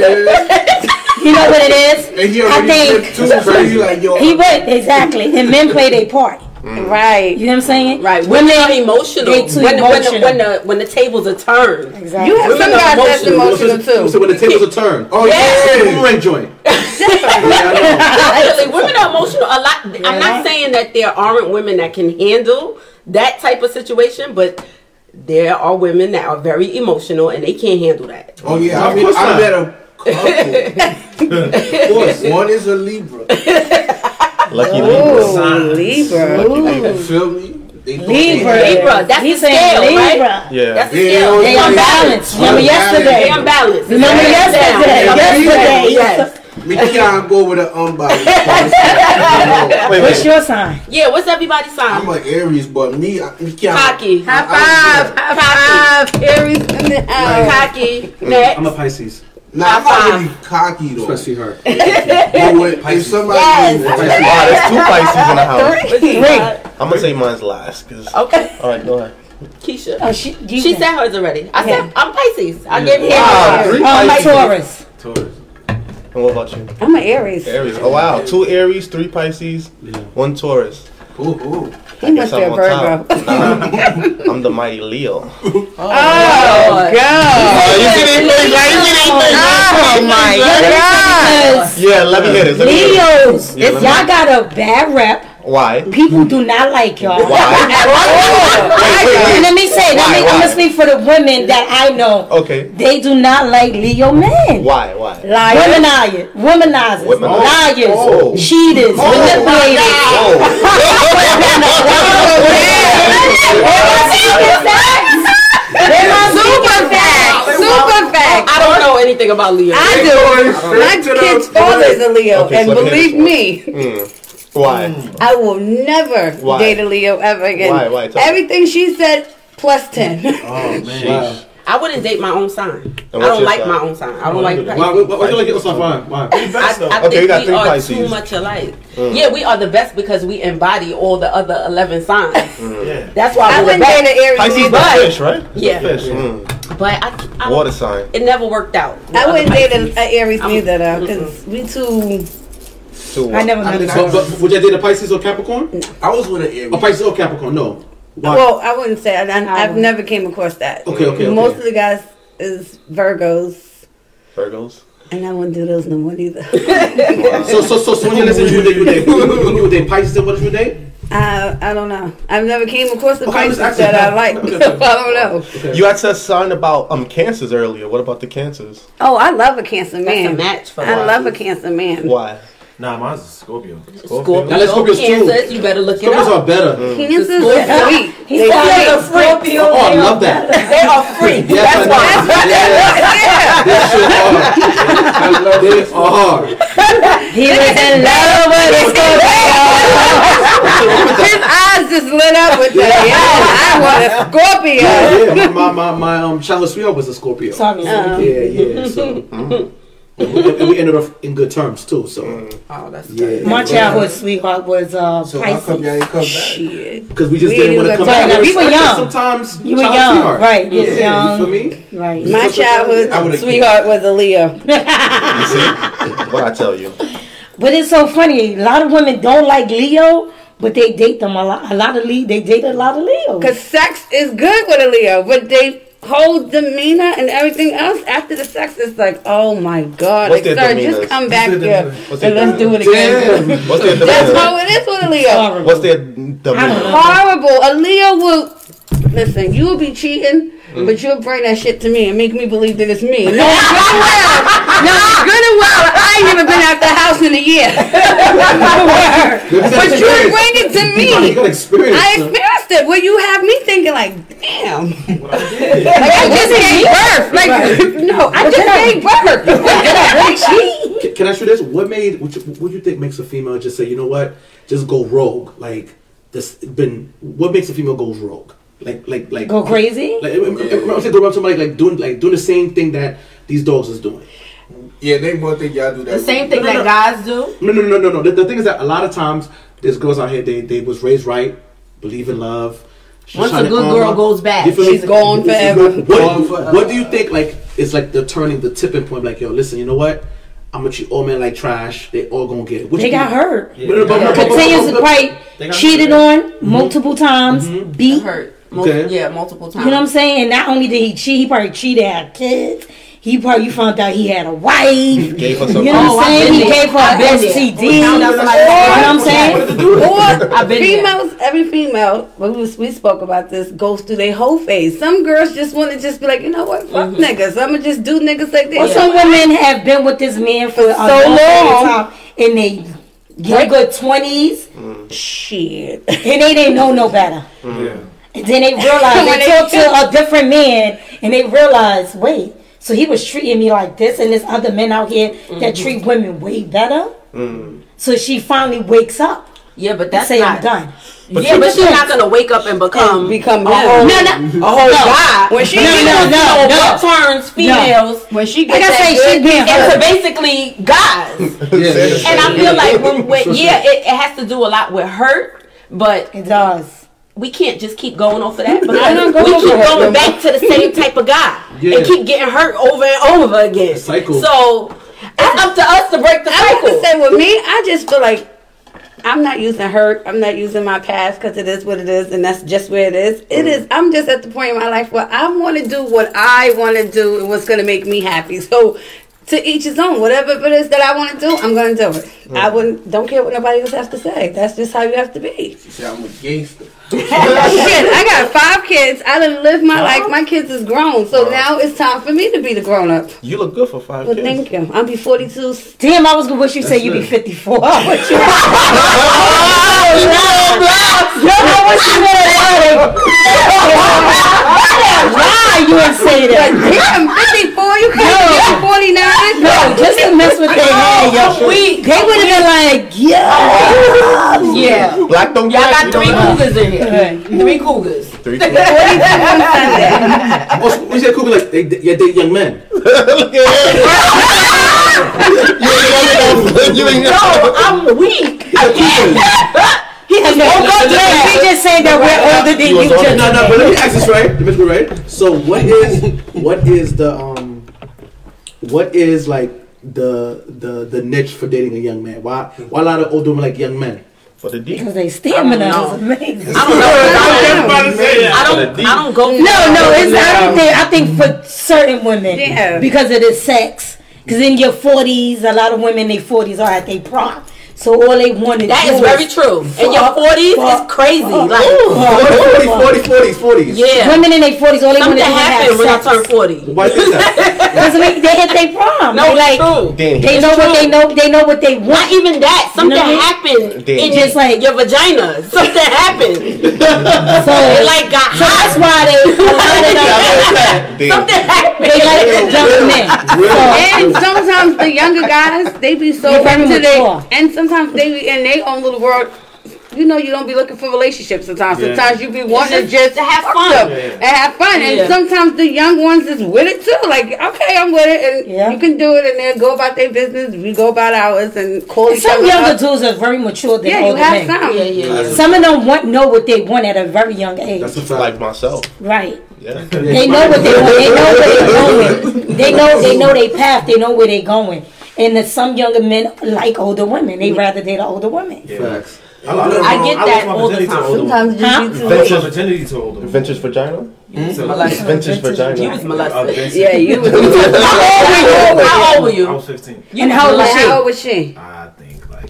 Speaker 6: know what it is.
Speaker 3: And he
Speaker 6: I
Speaker 3: already
Speaker 6: think-
Speaker 3: tripped too, so you like, yo,
Speaker 6: He would exactly, and men play their part.
Speaker 7: Right.
Speaker 6: You know what I'm saying?
Speaker 4: Right, women are emotional.
Speaker 6: They too
Speaker 4: when,
Speaker 6: emotional.
Speaker 4: When, the, when, the, when the tables are turned.
Speaker 6: Exactly.
Speaker 7: You have some guys that's emotional
Speaker 8: So
Speaker 7: too.
Speaker 8: when the tables are turned, oh
Speaker 3: Yeah.
Speaker 8: yeah, the boomerang joint. yeah,
Speaker 4: Really, women are emotional. A lot. I'm not saying that there aren't women that can handle that type of situation, but there are women that are very emotional and they can't handle that.
Speaker 3: oh yeah. I
Speaker 2: Of
Speaker 3: mean,
Speaker 2: course
Speaker 3: I
Speaker 2: not.
Speaker 3: met a couple. of course, one is a Libra.
Speaker 2: Lucky Libras.
Speaker 7: Ooh, Libra.
Speaker 3: You feel me? They thought they
Speaker 6: Libra.
Speaker 3: had-
Speaker 4: Libra, that's
Speaker 6: He's
Speaker 4: the
Speaker 6: saying
Speaker 4: scale, right?
Speaker 6: Libra.
Speaker 2: Yeah.
Speaker 4: That's the
Speaker 3: Yeah,
Speaker 4: scale.
Speaker 3: it was
Speaker 6: They
Speaker 4: They
Speaker 3: like-
Speaker 6: on balance.
Speaker 4: unbalanced.
Speaker 6: Remember
Speaker 3: Yeah.
Speaker 6: yesterday?
Speaker 4: They unbalanced.
Speaker 6: Remember
Speaker 4: It's
Speaker 6: yesterday?
Speaker 4: down.
Speaker 6: Yesterday.
Speaker 4: Yes.
Speaker 3: Me think I'll go with um, an unbody.
Speaker 2: Wait,
Speaker 6: What's
Speaker 2: wait.
Speaker 6: your sign?
Speaker 4: Yeah, what's everybody's
Speaker 3: I'm
Speaker 4: sign?
Speaker 3: an Aries, but me, I, me can't.
Speaker 4: Cocky.
Speaker 7: High five, high five. Aries in the house.
Speaker 4: Cocky. Next.
Speaker 8: I'm a Pisces.
Speaker 3: Nah, I'm not really cocky though.
Speaker 8: Let's see her.
Speaker 3: But when- if somebody
Speaker 7: Yes.
Speaker 2: Wow, there's two Pisces in the house.
Speaker 4: What's he got?
Speaker 2: I'm gonna say mine's last, cause.
Speaker 4: Okay.
Speaker 2: All right, go ahead.
Speaker 4: Keisha.
Speaker 6: Oh, she. You
Speaker 4: She
Speaker 6: can-
Speaker 4: said hers already. I
Speaker 6: Yeah.
Speaker 4: said I'm Pisces. I gave him
Speaker 2: Wow,
Speaker 4: hers.
Speaker 2: Ah, three
Speaker 6: Um,
Speaker 2: Pisces.
Speaker 6: Taurus.
Speaker 5: Taurus.
Speaker 2: And what about you?
Speaker 7: I'm an Aries.
Speaker 2: Aries. Oh wow, two Aries, three Pisces, one Taurus.
Speaker 3: Ooh, ooh.
Speaker 7: He must be a Virgo.
Speaker 2: Nah, I'm the mighty Leo.
Speaker 4: Oh,
Speaker 7: God.
Speaker 2: you see these things? Like, you see these things? Oh my
Speaker 6: Because
Speaker 2: Yeah, let me hear this. Let me hear this.
Speaker 6: Leos,
Speaker 2: Yeah, let me-
Speaker 6: y'all got a bad rep.
Speaker 2: Why?
Speaker 6: People do not like y'all. And
Speaker 2: Why?
Speaker 6: let me say, let
Speaker 2: Why,
Speaker 6: me,
Speaker 2: why?
Speaker 6: I'm gonna speak for the women that I know.
Speaker 2: Okay.
Speaker 6: They do not like Leo men.
Speaker 2: Why? Why?
Speaker 6: Womanizer, womanizers,
Speaker 2: Women- Oh.
Speaker 6: liars,
Speaker 2: Oh.
Speaker 6: cheaters, manipulators.
Speaker 2: Oh,
Speaker 6: They're not
Speaker 7: Super fact. Super fact.
Speaker 4: I don't know anything about Leo.
Speaker 7: I do. My kid's father is a Leo,
Speaker 2: Okay,
Speaker 7: and
Speaker 2: so let me
Speaker 7: believe
Speaker 2: hear
Speaker 7: me,
Speaker 2: why?
Speaker 7: I will never
Speaker 2: Why?
Speaker 7: date a Leo ever again.
Speaker 2: Why? Why? Tell me.
Speaker 7: Everything she said plus ten.
Speaker 5: Oh man.
Speaker 4: I wouldn't date my own sign. I
Speaker 2: And what's
Speaker 4: don't
Speaker 2: your
Speaker 4: like
Speaker 2: sign?
Speaker 4: my own sign. I don't like Pisces.
Speaker 8: Why? Why? Why? Why? Why? Why? Why? Why?
Speaker 4: I, I
Speaker 2: Okay, you
Speaker 4: think
Speaker 2: got
Speaker 4: we
Speaker 2: three
Speaker 4: are too
Speaker 2: Pisces. Uh.
Speaker 4: much alike. Yeah, we are the best because we embody all the other eleven signs.
Speaker 5: Yeah.
Speaker 4: That's why
Speaker 7: I
Speaker 4: we're the
Speaker 7: wouldn't
Speaker 4: best.
Speaker 7: date an Aries.
Speaker 2: Pisces the
Speaker 7: either.
Speaker 2: fish, right?
Speaker 4: Yeah.
Speaker 2: The fish. Mm.
Speaker 4: But I, I
Speaker 2: Water sign.
Speaker 4: it never worked out. with
Speaker 7: I
Speaker 4: other
Speaker 7: wouldn't date
Speaker 4: Pisces.
Speaker 7: an Aries
Speaker 4: I'm-
Speaker 7: either though, because we too.
Speaker 2: Two.
Speaker 6: I never met a
Speaker 8: But,
Speaker 6: Taurus.
Speaker 8: but would you date a Pisces or Capricorn?
Speaker 3: I was with an Aries.
Speaker 8: A Pisces or Capricorn? No. Why?
Speaker 7: Well, I wouldn't say. I, I, I've
Speaker 6: would.
Speaker 7: never came across that.
Speaker 8: okay, okay, okay.
Speaker 7: Most of the guys is Virgos,
Speaker 2: Virgos.
Speaker 7: and I wouldn't do those no more either.
Speaker 8: so, so, so, so when you listen, you would date, you would date, you would date Pisces. Then what is your date?
Speaker 7: I, I don't know. I've never came across the
Speaker 8: Okay,
Speaker 7: Pisces
Speaker 8: let's ask
Speaker 7: that I
Speaker 8: you.
Speaker 7: like. I don't know.
Speaker 2: You had said sign about um cancers earlier. What about the cancers?
Speaker 7: Oh, I love a Cancer
Speaker 4: That's
Speaker 7: man.
Speaker 4: a match for
Speaker 7: I
Speaker 4: us.
Speaker 7: love a Cancer man.
Speaker 2: Why?
Speaker 5: Nah, mine's a Scorpio.
Speaker 4: Scorpio.
Speaker 8: Now let's focus too.
Speaker 4: Kansas, you better look it
Speaker 8: Those
Speaker 4: up.
Speaker 8: are better.
Speaker 7: Cancers are
Speaker 4: Scorpio.
Speaker 7: sweet.
Speaker 6: He
Speaker 7: They
Speaker 6: said
Speaker 7: sweet.
Speaker 6: they're Scorpio.
Speaker 8: Oh, I love that.
Speaker 4: They are free.
Speaker 8: Yes,
Speaker 4: That's why.
Speaker 8: I love that. They are.
Speaker 6: He was in love with a Scorpio.
Speaker 7: His eyes just lit up with that. Yeah, I want a Scorpio.
Speaker 8: Yeah, my, my, my, my um, childhood sweetheart was a Scorpio.
Speaker 6: Sorry.
Speaker 8: Yeah, yeah. So, uh-huh. and, we, and we ended up in good terms too.
Speaker 7: Mm.
Speaker 8: So,
Speaker 4: Oh, that's
Speaker 8: yeah,
Speaker 6: My childhood sweetheart was uh,
Speaker 3: So how come y'all
Speaker 6: Pisces.
Speaker 3: ain't come back?
Speaker 7: Shit.
Speaker 8: because we just
Speaker 7: We
Speaker 8: didn't want to
Speaker 7: didn't
Speaker 8: come
Speaker 7: let
Speaker 8: back.
Speaker 6: China-
Speaker 8: We
Speaker 6: we were
Speaker 8: respected
Speaker 6: young.
Speaker 8: Sometimes
Speaker 6: You were
Speaker 8: childhood
Speaker 6: young,
Speaker 8: sweetheart.
Speaker 6: right, you
Speaker 8: Yeah,
Speaker 6: was young.
Speaker 8: You feel me?
Speaker 6: Right.
Speaker 7: My
Speaker 3: I
Speaker 7: childhood
Speaker 3: would've-
Speaker 7: sweetheart was a Leo.
Speaker 2: You see? what I tell you.
Speaker 6: But it's so funny. A lot of women don't like Leo, but they date them a lot. A lot of Leo. They date a lot of Leo.
Speaker 7: Because sex is good with a Leo, but they whole demeanor and everything else after the sex is like, oh my god,
Speaker 2: What's
Speaker 7: like,
Speaker 2: their
Speaker 7: sir,
Speaker 2: demeanor?
Speaker 7: just come back
Speaker 5: their
Speaker 7: here
Speaker 5: demeanor?
Speaker 2: What's
Speaker 7: and
Speaker 2: their
Speaker 7: let's do it again.
Speaker 8: Damn.
Speaker 2: What's their
Speaker 7: That's
Speaker 2: demeanor?
Speaker 7: how it is with a Leo.
Speaker 2: What's their demeanor?
Speaker 7: Horrible. A Leo will listen. You will be cheating, but you'll bring that shit to me and make me believe that it's me. No, good and well. No, good and well. I ain't even been out the house in a year. but you bring it to
Speaker 8: You
Speaker 7: me.
Speaker 8: got experience.
Speaker 7: I
Speaker 8: so-
Speaker 7: experienced it where you have me thinking like, damn.
Speaker 5: What I did.
Speaker 7: Like I just gave birth. Like no, I just gave birth.
Speaker 8: Can, can I show this? What made? What you, what you think makes a female just say, you know what? Just go rogue. Like this been. What makes a female go rogue? Like like like
Speaker 6: Go crazy.
Speaker 8: Like, I'm, I'm, I'm saying go rob somebody like doing like doing the same thing that these dogs is doing.
Speaker 3: Yeah, they want think y'all do that.
Speaker 4: The same thing that guys do.
Speaker 8: No no no no no. The, the thing is that a lot of times there's girls out here they they was raised right, believe in love. She's
Speaker 4: Once a
Speaker 8: trying to
Speaker 4: good
Speaker 8: earn
Speaker 4: girl
Speaker 8: love.
Speaker 4: goes bad,
Speaker 8: You feel me?
Speaker 7: she's gone
Speaker 8: She's
Speaker 7: forever.
Speaker 8: gone-
Speaker 3: Gone
Speaker 8: What,
Speaker 3: forever.
Speaker 8: what do you think? Like it's like they're turning the tipping point. Like yo, listen, you know what? I'm gonna treat all men like trash. They all gonna get it. What
Speaker 6: They
Speaker 8: you
Speaker 6: got
Speaker 8: think?
Speaker 6: hurt.
Speaker 8: But- but- but- but- but-
Speaker 6: Continues
Speaker 8: but-
Speaker 6: to fight.
Speaker 5: They got
Speaker 6: Cheated on
Speaker 8: Mm-hmm.
Speaker 6: multiple times. Beat.
Speaker 4: Hurt. Mul-
Speaker 8: Okay.
Speaker 4: Yeah, multiple times.
Speaker 6: You know what I'm saying? And not only did he cheat, he probably cheated at kids. He probably found out he had a wife.
Speaker 2: Gave us a
Speaker 6: You know
Speaker 4: Oh,
Speaker 6: what I'm
Speaker 4: I've
Speaker 6: saying?
Speaker 4: been
Speaker 6: He
Speaker 4: there.
Speaker 6: gave her
Speaker 4: I've been
Speaker 6: an
Speaker 4: there.
Speaker 6: STD.
Speaker 4: We
Speaker 6: You know
Speaker 4: found out somebody-
Speaker 6: what I'm saying?
Speaker 7: Or
Speaker 4: I've been there.
Speaker 7: females, every female, but we, was- we spoke about this, goes through their whole phase. Some girls just want to just be like, you know what, fuck
Speaker 5: Mm-hmm.
Speaker 7: niggas. I'ma just do niggas like
Speaker 6: Or
Speaker 7: this.
Speaker 6: some women have been with this man for a
Speaker 7: So
Speaker 6: long, period of
Speaker 7: long.
Speaker 6: time in their younger twenties,
Speaker 7: shit.
Speaker 6: and they didn't know no better. And then they realize
Speaker 7: When
Speaker 6: they
Speaker 7: they-
Speaker 6: talk to a different man, and they realize, wait, So he was treating me like this, and there's other men out here
Speaker 7: Mm-hmm.
Speaker 6: that treat women way better. So she finally wakes up.
Speaker 4: Yeah, but
Speaker 6: and
Speaker 4: that's
Speaker 6: say
Speaker 4: not
Speaker 6: I'm done.
Speaker 4: yeah, but she's not gonna wake up and become
Speaker 7: Become
Speaker 4: a whole,
Speaker 7: him.
Speaker 4: a whole
Speaker 6: No.
Speaker 4: guy.
Speaker 7: When she-
Speaker 6: no,
Speaker 4: You
Speaker 7: No,
Speaker 6: no,
Speaker 4: know, you know,
Speaker 6: no.
Speaker 4: what turns females
Speaker 7: When she
Speaker 6: Like
Speaker 7: gets
Speaker 6: I
Speaker 7: that
Speaker 6: say, she being
Speaker 4: into
Speaker 6: hurt.
Speaker 4: basically guys.
Speaker 8: yeah.
Speaker 4: And I feel like when, when yeah, it, it has to do a lot with hurt, but
Speaker 6: It does.
Speaker 4: we can't just keep going off of that. But
Speaker 7: I don't go
Speaker 4: we
Speaker 7: off
Speaker 4: keep
Speaker 7: of that
Speaker 4: going
Speaker 7: no
Speaker 4: back to the same type of guy
Speaker 8: Yeah.
Speaker 4: and keep getting hurt over and over again.
Speaker 8: cycle.
Speaker 4: So it's up to us to break the
Speaker 7: I
Speaker 4: cycle.
Speaker 7: would say with me, I just feel like I'm not using hurt. I'm not using my past because it is what it is, and that's just where it is. It is. I'm just at the point in my life where I want to do what I want to do and what's going to make me happy. So. To each his own. Whatever it is that I want to do, I'm gonna do it. I wouldn't. Don't care what nobody else has to say. That's just how you have to be.
Speaker 3: She said, I'm a gangster.
Speaker 7: Shit, I got five kids. I done lived my life. My kids is grown, so now it's time for me to be the grown up.
Speaker 2: You look good for five
Speaker 7: Well,
Speaker 2: kids.
Speaker 7: thank you. I'll be 42.
Speaker 6: Damn, I was gonna wish you said you'd be 54. What you- Yo, I wish you would have Why you would say that?
Speaker 7: Damn, 54. You can't be 49.
Speaker 6: No, just to mess with their
Speaker 8: Oh,
Speaker 6: head, yo.
Speaker 4: we
Speaker 6: They would have been like, yeah.
Speaker 4: yeah. Y'all
Speaker 2: Black don't black,
Speaker 4: got
Speaker 2: you don't
Speaker 4: three
Speaker 2: know.
Speaker 4: cougars in here. Three cougars.
Speaker 2: Three cougars.
Speaker 8: Also, we said could be like, they, yeah, they young men.
Speaker 2: Look at that. You ain't
Speaker 4: No,
Speaker 2: never-
Speaker 4: I'm weak.
Speaker 6: He has no We just saying that we're older than
Speaker 2: You
Speaker 6: you.
Speaker 2: was older
Speaker 6: Just
Speaker 2: than
Speaker 8: No, no, but let me ask this right. Let me go right. So what is what is the um what is like the the the niche for dating a young man? Why why a lot of old women like young men?
Speaker 2: For the D.
Speaker 6: because they stamina is amazing.
Speaker 4: I don't know. I
Speaker 2: For the
Speaker 4: don't.
Speaker 2: D.
Speaker 4: I don't go.
Speaker 6: No, no, it's I don't think I think for certain women,
Speaker 7: Yeah.
Speaker 6: because of the sex. Because in your forties, a lot of women in their forties are at their prime, so all they want to
Speaker 4: That
Speaker 6: do
Speaker 4: is very true. In your forties, it's crazy. Like
Speaker 8: 40, 40, 40s, 40s.
Speaker 4: yeah,
Speaker 6: Women in their forties, all they want to do
Speaker 4: something
Speaker 6: is have
Speaker 4: happened when I
Speaker 6: sex.
Speaker 4: turned forty.
Speaker 8: Why is that?
Speaker 6: Because they, they hit their prime.
Speaker 4: No,
Speaker 6: they like
Speaker 4: true.
Speaker 2: Then
Speaker 6: they know what they know. They know what they
Speaker 4: Not
Speaker 6: want.
Speaker 4: even that. Something
Speaker 6: You know what I mean?
Speaker 4: happened
Speaker 2: Damn.
Speaker 4: in
Speaker 6: Just
Speaker 4: just like
Speaker 6: like-
Speaker 4: your vagina. Something happened.
Speaker 6: So
Speaker 4: It like got
Speaker 6: that's
Speaker 4: hot.
Speaker 6: why they a lot of them-
Speaker 4: Something happened.
Speaker 6: they like to jump men.
Speaker 7: And sometimes the younger guys, they be so
Speaker 6: They very
Speaker 7: into
Speaker 6: mature.
Speaker 7: they, and sometimes they be in their own little world. You know, you don't be looking for relationships sometimes. Sometimes you be wanting to just
Speaker 4: to have
Speaker 7: fuck
Speaker 4: fun.
Speaker 7: them and have fun.
Speaker 4: Yeah.
Speaker 7: And sometimes the young ones is with it too. Like, okay, I'm with it, and
Speaker 6: Yeah.
Speaker 7: you can do it, and they go about their business. We go about ours and call each
Speaker 6: Some
Speaker 7: other.
Speaker 6: younger
Speaker 7: up.
Speaker 6: dudes are very mature than
Speaker 7: yeah, you
Speaker 6: older
Speaker 7: have
Speaker 6: men.
Speaker 7: some.
Speaker 4: Yeah, yeah, yeah.
Speaker 6: Some of them want know what they want at a very young age.
Speaker 8: That's a fact.
Speaker 2: Like myself.
Speaker 6: right.
Speaker 2: Yeah.
Speaker 6: They know what they want. They know where they're going. They know they know their path. They know where they're going. And that some younger men like older women. They rather date an older woman.
Speaker 8: Facts.
Speaker 4: I get that all the time.
Speaker 7: Sometimes you
Speaker 6: Huh?
Speaker 7: just
Speaker 5: I lost my virginity to older women.
Speaker 2: Vintage vagina.
Speaker 5: So-
Speaker 2: Vintage
Speaker 4: You
Speaker 2: vagina.
Speaker 4: was molested.
Speaker 7: yeah, you was.
Speaker 4: How old were you? How
Speaker 5: I
Speaker 4: old were you?
Speaker 5: was 15.
Speaker 4: You
Speaker 6: And how old was
Speaker 7: Like,
Speaker 4: molested-
Speaker 7: how old was she?
Speaker 5: I think like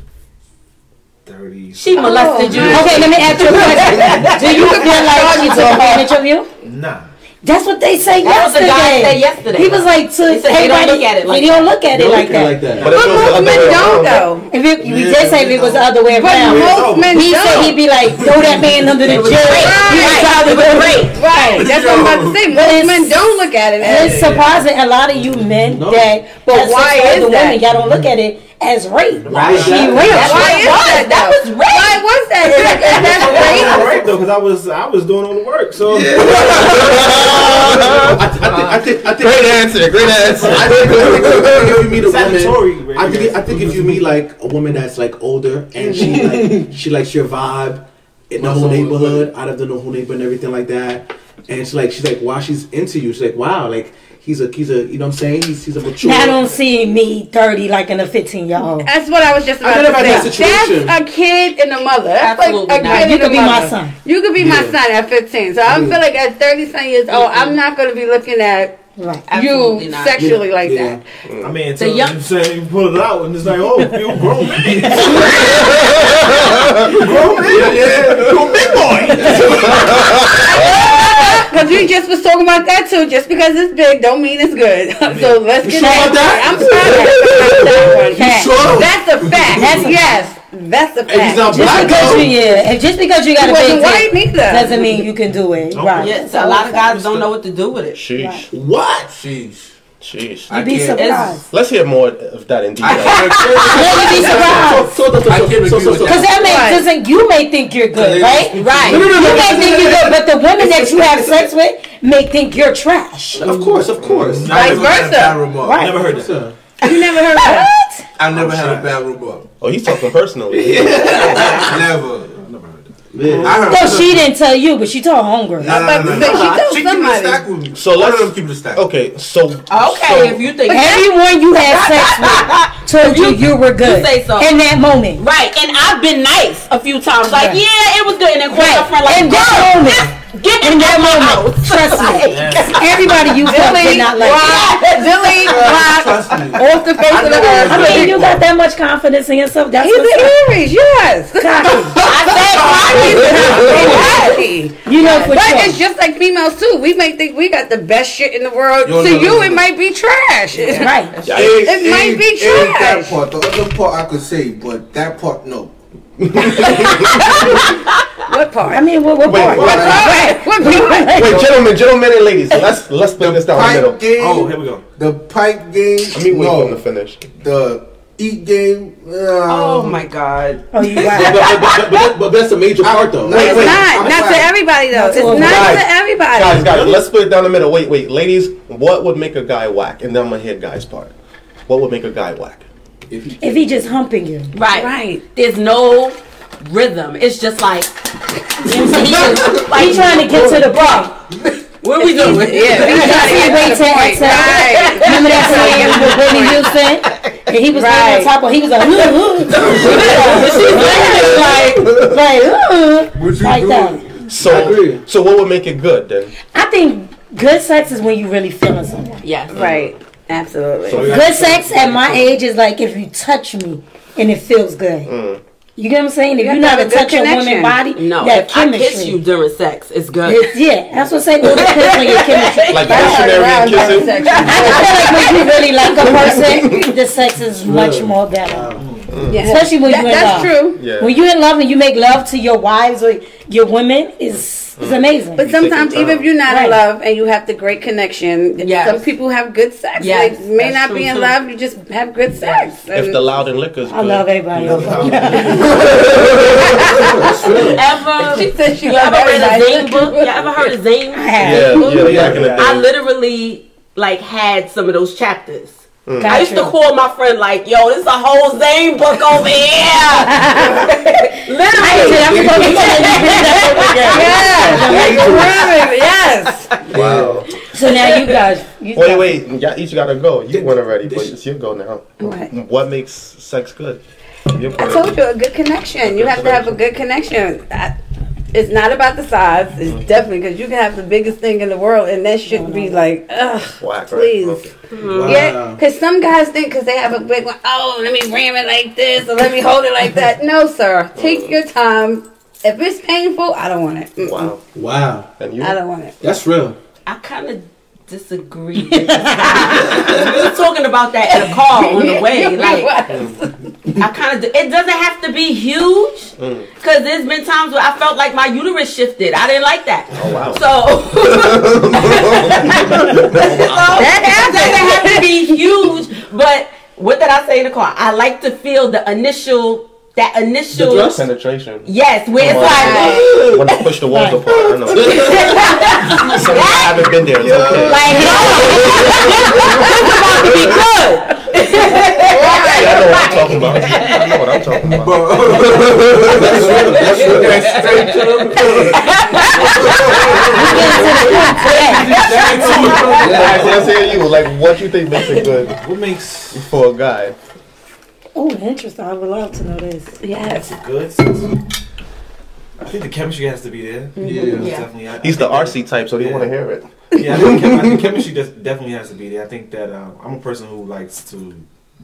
Speaker 5: 30.
Speaker 4: She molested you.
Speaker 6: Oh. Okay, let me ask you a question. Do you feel like she took advantage of you?
Speaker 5: Nah.
Speaker 6: That's what they say
Speaker 4: That was the
Speaker 6: yesterday.
Speaker 4: guy said yesterday.
Speaker 6: He was like to
Speaker 4: He said they don't
Speaker 6: everybody.
Speaker 4: look at it like
Speaker 6: they don't look at
Speaker 8: They
Speaker 6: it
Speaker 8: don't
Speaker 6: like
Speaker 8: look at it
Speaker 6: that.
Speaker 8: like that.
Speaker 2: But if it was the
Speaker 7: Most
Speaker 2: other
Speaker 7: men
Speaker 2: way
Speaker 7: don't
Speaker 2: around,
Speaker 7: though.
Speaker 6: If it, we did say if it was the other way
Speaker 7: But
Speaker 6: around.
Speaker 7: most men
Speaker 6: he said
Speaker 7: don't.
Speaker 6: he'd be like, throw that man under the
Speaker 4: It was
Speaker 6: jail.
Speaker 4: great.
Speaker 6: He was
Speaker 4: Right. It
Speaker 6: probably
Speaker 4: was
Speaker 6: gonna-
Speaker 4: great.
Speaker 7: Right, that's what I'm about to say.
Speaker 6: it's-
Speaker 7: Most men don't look at it as
Speaker 6: It's surprising a lot of you men that have
Speaker 7: But
Speaker 6: sex
Speaker 7: why
Speaker 6: with
Speaker 7: is
Speaker 6: other
Speaker 7: that?
Speaker 6: women, y'all don't look at it as rape.
Speaker 8: Why is
Speaker 6: she
Speaker 8: that?
Speaker 6: real.
Speaker 7: Why is that? That was rape. Why was that? Is that- is that rape?
Speaker 5: Right though, because I was I was doing all the work. So
Speaker 8: I, th- I, th- I think I think
Speaker 2: Great answer. Great
Speaker 8: I
Speaker 2: answer.
Speaker 8: think, I think if you meet a woman,
Speaker 5: Salvatore,
Speaker 8: I think I think if you meet like a woman that's like older and she like she likes your vibe in the whole neighborhood, out of the whole neighborhood and everything like that, and it's like she's like wow, she's into you. She's like wow, like he's a he's a you know what I'm saying he's he's a mature.
Speaker 6: Now I don't see me 30 like in a 15 year old.
Speaker 7: That's what I was just about
Speaker 8: I
Speaker 7: to
Speaker 8: never had that
Speaker 7: say.
Speaker 8: situation.
Speaker 7: That's a kid and a mother. That's
Speaker 4: Absolutely
Speaker 7: like a
Speaker 4: not.
Speaker 7: kid
Speaker 6: You
Speaker 7: and
Speaker 6: could
Speaker 7: a
Speaker 6: be my
Speaker 7: mother.
Speaker 6: son.
Speaker 7: You could be my son at 15. So I feel like at 30 some years old, I'm not going to be looking at
Speaker 6: Right.
Speaker 4: Absolutely
Speaker 7: you
Speaker 4: not.
Speaker 7: sexually like
Speaker 8: Yeah.
Speaker 7: that.
Speaker 5: I mean, until
Speaker 4: young-
Speaker 5: you say you pull it out and it's like, oh, you grown man.
Speaker 7: Because we just was talking about that too. Just because it's big, don't mean it's good. so let's get that. I'm sorry. That's
Speaker 8: sure?
Speaker 7: a fact. That's a fact.
Speaker 6: That's a-
Speaker 7: yes. That's a fact.
Speaker 8: he's not
Speaker 6: Just
Speaker 8: black
Speaker 6: because
Speaker 8: though.
Speaker 6: you, yeah, and just because you got a
Speaker 7: wasn't
Speaker 6: big
Speaker 7: white
Speaker 6: dick
Speaker 7: neither.
Speaker 6: doesn't mean you can do it. Right.
Speaker 4: Yes, a lot of guys don't know what to do with it.
Speaker 2: Sheesh.
Speaker 8: What?
Speaker 3: Sheesh. Sheesh.
Speaker 6: You'd be
Speaker 3: can't-
Speaker 6: surprised.
Speaker 2: Let's hear more of that in detail.
Speaker 3: I can't agree
Speaker 6: No, you'd be surprised.
Speaker 8: So, so, so,
Speaker 3: I can't
Speaker 8: so, so, so,
Speaker 3: agree with
Speaker 8: so,
Speaker 6: Because
Speaker 3: that.
Speaker 6: that
Speaker 7: Right.
Speaker 6: may doesn't you may think you're good, right?
Speaker 4: Right.
Speaker 8: No, no, no, no, no,
Speaker 6: You
Speaker 8: no,
Speaker 6: may
Speaker 8: no,
Speaker 6: think you're
Speaker 8: no,
Speaker 6: good,
Speaker 8: no.
Speaker 6: but the women that you have sex with may think you're trash.
Speaker 8: Of course, of course.
Speaker 5: Never
Speaker 7: Vice
Speaker 5: heard that
Speaker 7: versa.
Speaker 5: bad remark.
Speaker 6: Right.
Speaker 5: Never heard that.
Speaker 8: Sir.
Speaker 7: You never heard that.
Speaker 3: I never had a bad remark.
Speaker 2: Oh, he's talking personally.
Speaker 3: Never.
Speaker 5: Never heard that.
Speaker 8: Yeah.
Speaker 3: I heard.
Speaker 6: No, she didn't tell you, but she told homegirl.
Speaker 3: Nah, nah,
Speaker 7: But-
Speaker 3: nah,
Speaker 7: but she
Speaker 3: nah.
Speaker 7: told
Speaker 3: She keep it
Speaker 7: somebody.
Speaker 3: a stack with me.
Speaker 2: So
Speaker 3: One
Speaker 2: let's-
Speaker 3: of them keep it a stack.
Speaker 2: Okay, so okay,
Speaker 4: Okay, if you think
Speaker 6: Everyone you had sex with told you you were good
Speaker 4: You say so.
Speaker 6: in that moment.
Speaker 4: Right, and I've been nice a few times. Like,
Speaker 6: Right.
Speaker 4: yeah, it was good. And then right.
Speaker 6: Right.
Speaker 4: up front, like,
Speaker 6: In that
Speaker 4: girl,
Speaker 6: moment.
Speaker 4: just Get
Speaker 6: In that moment,
Speaker 4: House.
Speaker 6: trust me, everybody you fucked did
Speaker 7: Delete,
Speaker 6: not like. you.
Speaker 7: block, delete, block,
Speaker 3: Trust me.
Speaker 7: off the face of the earth.
Speaker 6: I mean, you got that much confidence in yourself. That's
Speaker 7: He's
Speaker 6: what's
Speaker 7: an
Speaker 6: up.
Speaker 7: Aries, yes.
Speaker 6: cocky.
Speaker 4: I said,
Speaker 7: Yes.
Speaker 6: You know for
Speaker 7: But
Speaker 6: sure.
Speaker 7: it's just like females too. We may think we got the best shit in the world.
Speaker 3: Yo,
Speaker 7: to
Speaker 3: no, no,
Speaker 7: you,
Speaker 3: no,
Speaker 7: it
Speaker 3: no.
Speaker 7: might be trash.
Speaker 6: right.
Speaker 3: It,
Speaker 7: It might be
Speaker 3: That
Speaker 7: trash.
Speaker 3: part, the other part I could say, but that part no.
Speaker 7: What part?
Speaker 6: I mean, what what
Speaker 2: Wait,
Speaker 6: part?
Speaker 2: what?
Speaker 7: Right. What part?
Speaker 2: Wait, gentlemen, gentlemen, and ladies, let's let's split this down the
Speaker 3: Pipe
Speaker 2: middle.
Speaker 3: game.
Speaker 5: Oh, here we go.
Speaker 3: The pipe game.
Speaker 2: Let me wait for him to
Speaker 3: no.
Speaker 2: finish.
Speaker 3: The eat game. Um,
Speaker 4: oh my God.
Speaker 6: Oh, you
Speaker 8: But,
Speaker 6: right.
Speaker 8: but, but, but, but that's a major part, though.
Speaker 3: Wait,
Speaker 7: It's
Speaker 3: wait,
Speaker 7: not.
Speaker 3: I'm
Speaker 7: Not to
Speaker 3: sorry.
Speaker 7: everybody though. It's
Speaker 6: all
Speaker 7: not
Speaker 2: guys.
Speaker 7: to everybody.
Speaker 2: Guys, guys, let's split it down the middle. Wait, wait, ladies, what would make a guy whack? And then I'm gonna hit guys part. What would make a guy whack?
Speaker 3: If you
Speaker 6: If he just humping you.
Speaker 4: Right.
Speaker 7: Right.
Speaker 4: There's no rhythm. It's just like,
Speaker 6: He trying to get to the point.
Speaker 4: what are we doing?
Speaker 7: Yeah, we gotta
Speaker 6: He
Speaker 7: get
Speaker 6: wait
Speaker 7: to
Speaker 6: till
Speaker 7: the point.
Speaker 6: exhale.
Speaker 7: Right.
Speaker 6: Remember that scene with Whitney Houston? And he was laying on
Speaker 7: Right.
Speaker 6: top of he was like, ooh, ooh. like, like, ooh.
Speaker 3: Would you
Speaker 6: Like
Speaker 3: do
Speaker 6: that.
Speaker 3: it?
Speaker 2: So,
Speaker 8: I agree.
Speaker 2: so what would make it good then?
Speaker 6: I think good sex is when you really feeling someone.
Speaker 4: Yes.
Speaker 7: Right. Absolutely.
Speaker 2: So we got-
Speaker 6: Good sex at my age is like if you touch me and it feels good. You get what I'm saying? If
Speaker 7: You
Speaker 6: you're
Speaker 7: have
Speaker 6: not a
Speaker 7: to have a good
Speaker 6: touch on woman
Speaker 7: connection.
Speaker 6: body,
Speaker 4: No,
Speaker 6: that
Speaker 4: if I kiss
Speaker 6: chemistry.
Speaker 4: you during sex, it's good.
Speaker 6: It's, yeah, that's what I'm saying. It depends on your chemistry.
Speaker 2: like
Speaker 6: That's-
Speaker 2: missionary and kissing?
Speaker 6: I feel like when you really like a person, the sex is much more better. Especially when
Speaker 7: That-
Speaker 6: you're in
Speaker 7: that's
Speaker 6: love.
Speaker 7: true.
Speaker 2: Yeah.
Speaker 6: When you're in love and you make love to your wives or your women, is is amazing.
Speaker 7: But
Speaker 2: take your
Speaker 7: sometimes, even
Speaker 2: time.
Speaker 7: if you're not
Speaker 6: Right.
Speaker 7: in love and you have the great connection,
Speaker 4: Yes.
Speaker 7: some people have good sex.
Speaker 4: Yes,
Speaker 7: Like may
Speaker 4: that's
Speaker 7: not
Speaker 4: true,
Speaker 7: be in
Speaker 4: too.
Speaker 7: love, you just have good sex.
Speaker 2: If the loud and liquor's good.
Speaker 6: I love everybody.
Speaker 4: Ever,
Speaker 7: she said she
Speaker 4: you ever
Speaker 7: loved
Speaker 4: read a Zane
Speaker 7: everybody.
Speaker 4: book? You ever heard of Zane?
Speaker 6: I have.
Speaker 2: Yeah, yeah,
Speaker 8: Yeah,
Speaker 2: back in the
Speaker 8: yeah.
Speaker 2: day.
Speaker 4: I literally like had some of those chapters. I used
Speaker 6: Gotcha.
Speaker 4: to call my friend like, "Yo, this is a whole Zane book over here."
Speaker 6: I did. I'm gonna go get that over again.
Speaker 7: yes.
Speaker 2: wow.
Speaker 6: So now you guys, you
Speaker 2: Wait,
Speaker 6: guys-
Speaker 2: wait, y'all each gotta go. You went already, but it's your go now.
Speaker 7: What?
Speaker 2: What makes sex good? From your
Speaker 7: I
Speaker 2: point of
Speaker 7: told
Speaker 2: view.
Speaker 7: you a good connection. You have to have a good connection. I- It's not about the size.
Speaker 2: Mm.
Speaker 7: It's definitely because you can have the biggest thing in the world, and that should be
Speaker 4: Mm-hmm.
Speaker 7: like, ugh,
Speaker 2: Whack, right?
Speaker 7: please.
Speaker 2: Okay.
Speaker 7: Mm-hmm.
Speaker 8: Wow.
Speaker 7: Yeah, because some guys think because they have a big one, oh, let me ram it like this or let me hold it like that. No, sir. Take your time. If it's painful, I don't want it. Mm-mm.
Speaker 2: Wow.
Speaker 8: Wow.
Speaker 2: And you?
Speaker 7: I don't want it.
Speaker 8: That's real.
Speaker 4: I kind of disagree. we were talking about that in a car on the way. Like, I kind of it doesn't have to be huge because there's been times where I felt like my uterus shifted. I didn't like that.
Speaker 2: Oh, wow.
Speaker 4: So, so it doesn't have to be huge. But what did I say in the car? I like to feel the initial that initial
Speaker 8: The thrust?
Speaker 2: Penetration.
Speaker 4: yes, where it's
Speaker 2: Wow.
Speaker 4: like.
Speaker 2: When I push the walls apart, I know. Some of you haven't been there. It's okay.
Speaker 4: Like, no, it's about to be good.
Speaker 2: I know what I'm talking about. I know what I'm talking about.
Speaker 8: That's real. That's real.
Speaker 2: Alright, so let's hear you. Like, what you think makes it good
Speaker 5: What makes
Speaker 2: for a guy?
Speaker 6: Oh, interesting. I would love to know this.
Speaker 7: Yes.
Speaker 5: it good? I think the chemistry has to be there.
Speaker 8: Yeah.
Speaker 4: Yeah.
Speaker 5: Definitely. I- I
Speaker 2: He's the
Speaker 5: think that-
Speaker 2: RC type, so they want to hear it.
Speaker 5: Yeah, I think, chem- I think chemistry does, definitely has to be there. I think that um, I'm a person who likes to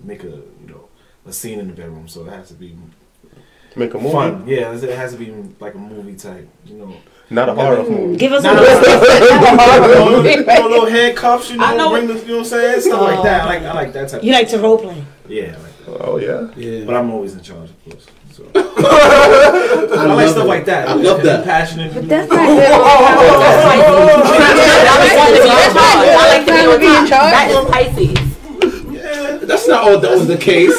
Speaker 5: make a you know a scene in the bedroom, so it has to be
Speaker 2: Make a movie.
Speaker 5: fun. Yeah, it has to be like a movie type. You know,
Speaker 2: Not a horror movie.
Speaker 6: Give us
Speaker 5: No,
Speaker 6: a
Speaker 5: no,
Speaker 6: little.
Speaker 5: no, no, no, little handcuffs. You
Speaker 4: I
Speaker 5: know,
Speaker 4: know-
Speaker 5: ring the, you know what I'm saying, stuff like that. I like I like that type.
Speaker 6: You like to role play.
Speaker 5: Yeah, I like that.
Speaker 2: Oh, yeah.
Speaker 5: But I'm always in charge, of course. So. I, like stuff like that.
Speaker 8: I love that.
Speaker 5: Passionate.
Speaker 7: That's not good. oh,
Speaker 4: That's why- that's why I like to be in charge. I like to be in That
Speaker 7: charge?
Speaker 4: is Pisces.
Speaker 8: That's not all that was the case.
Speaker 4: No,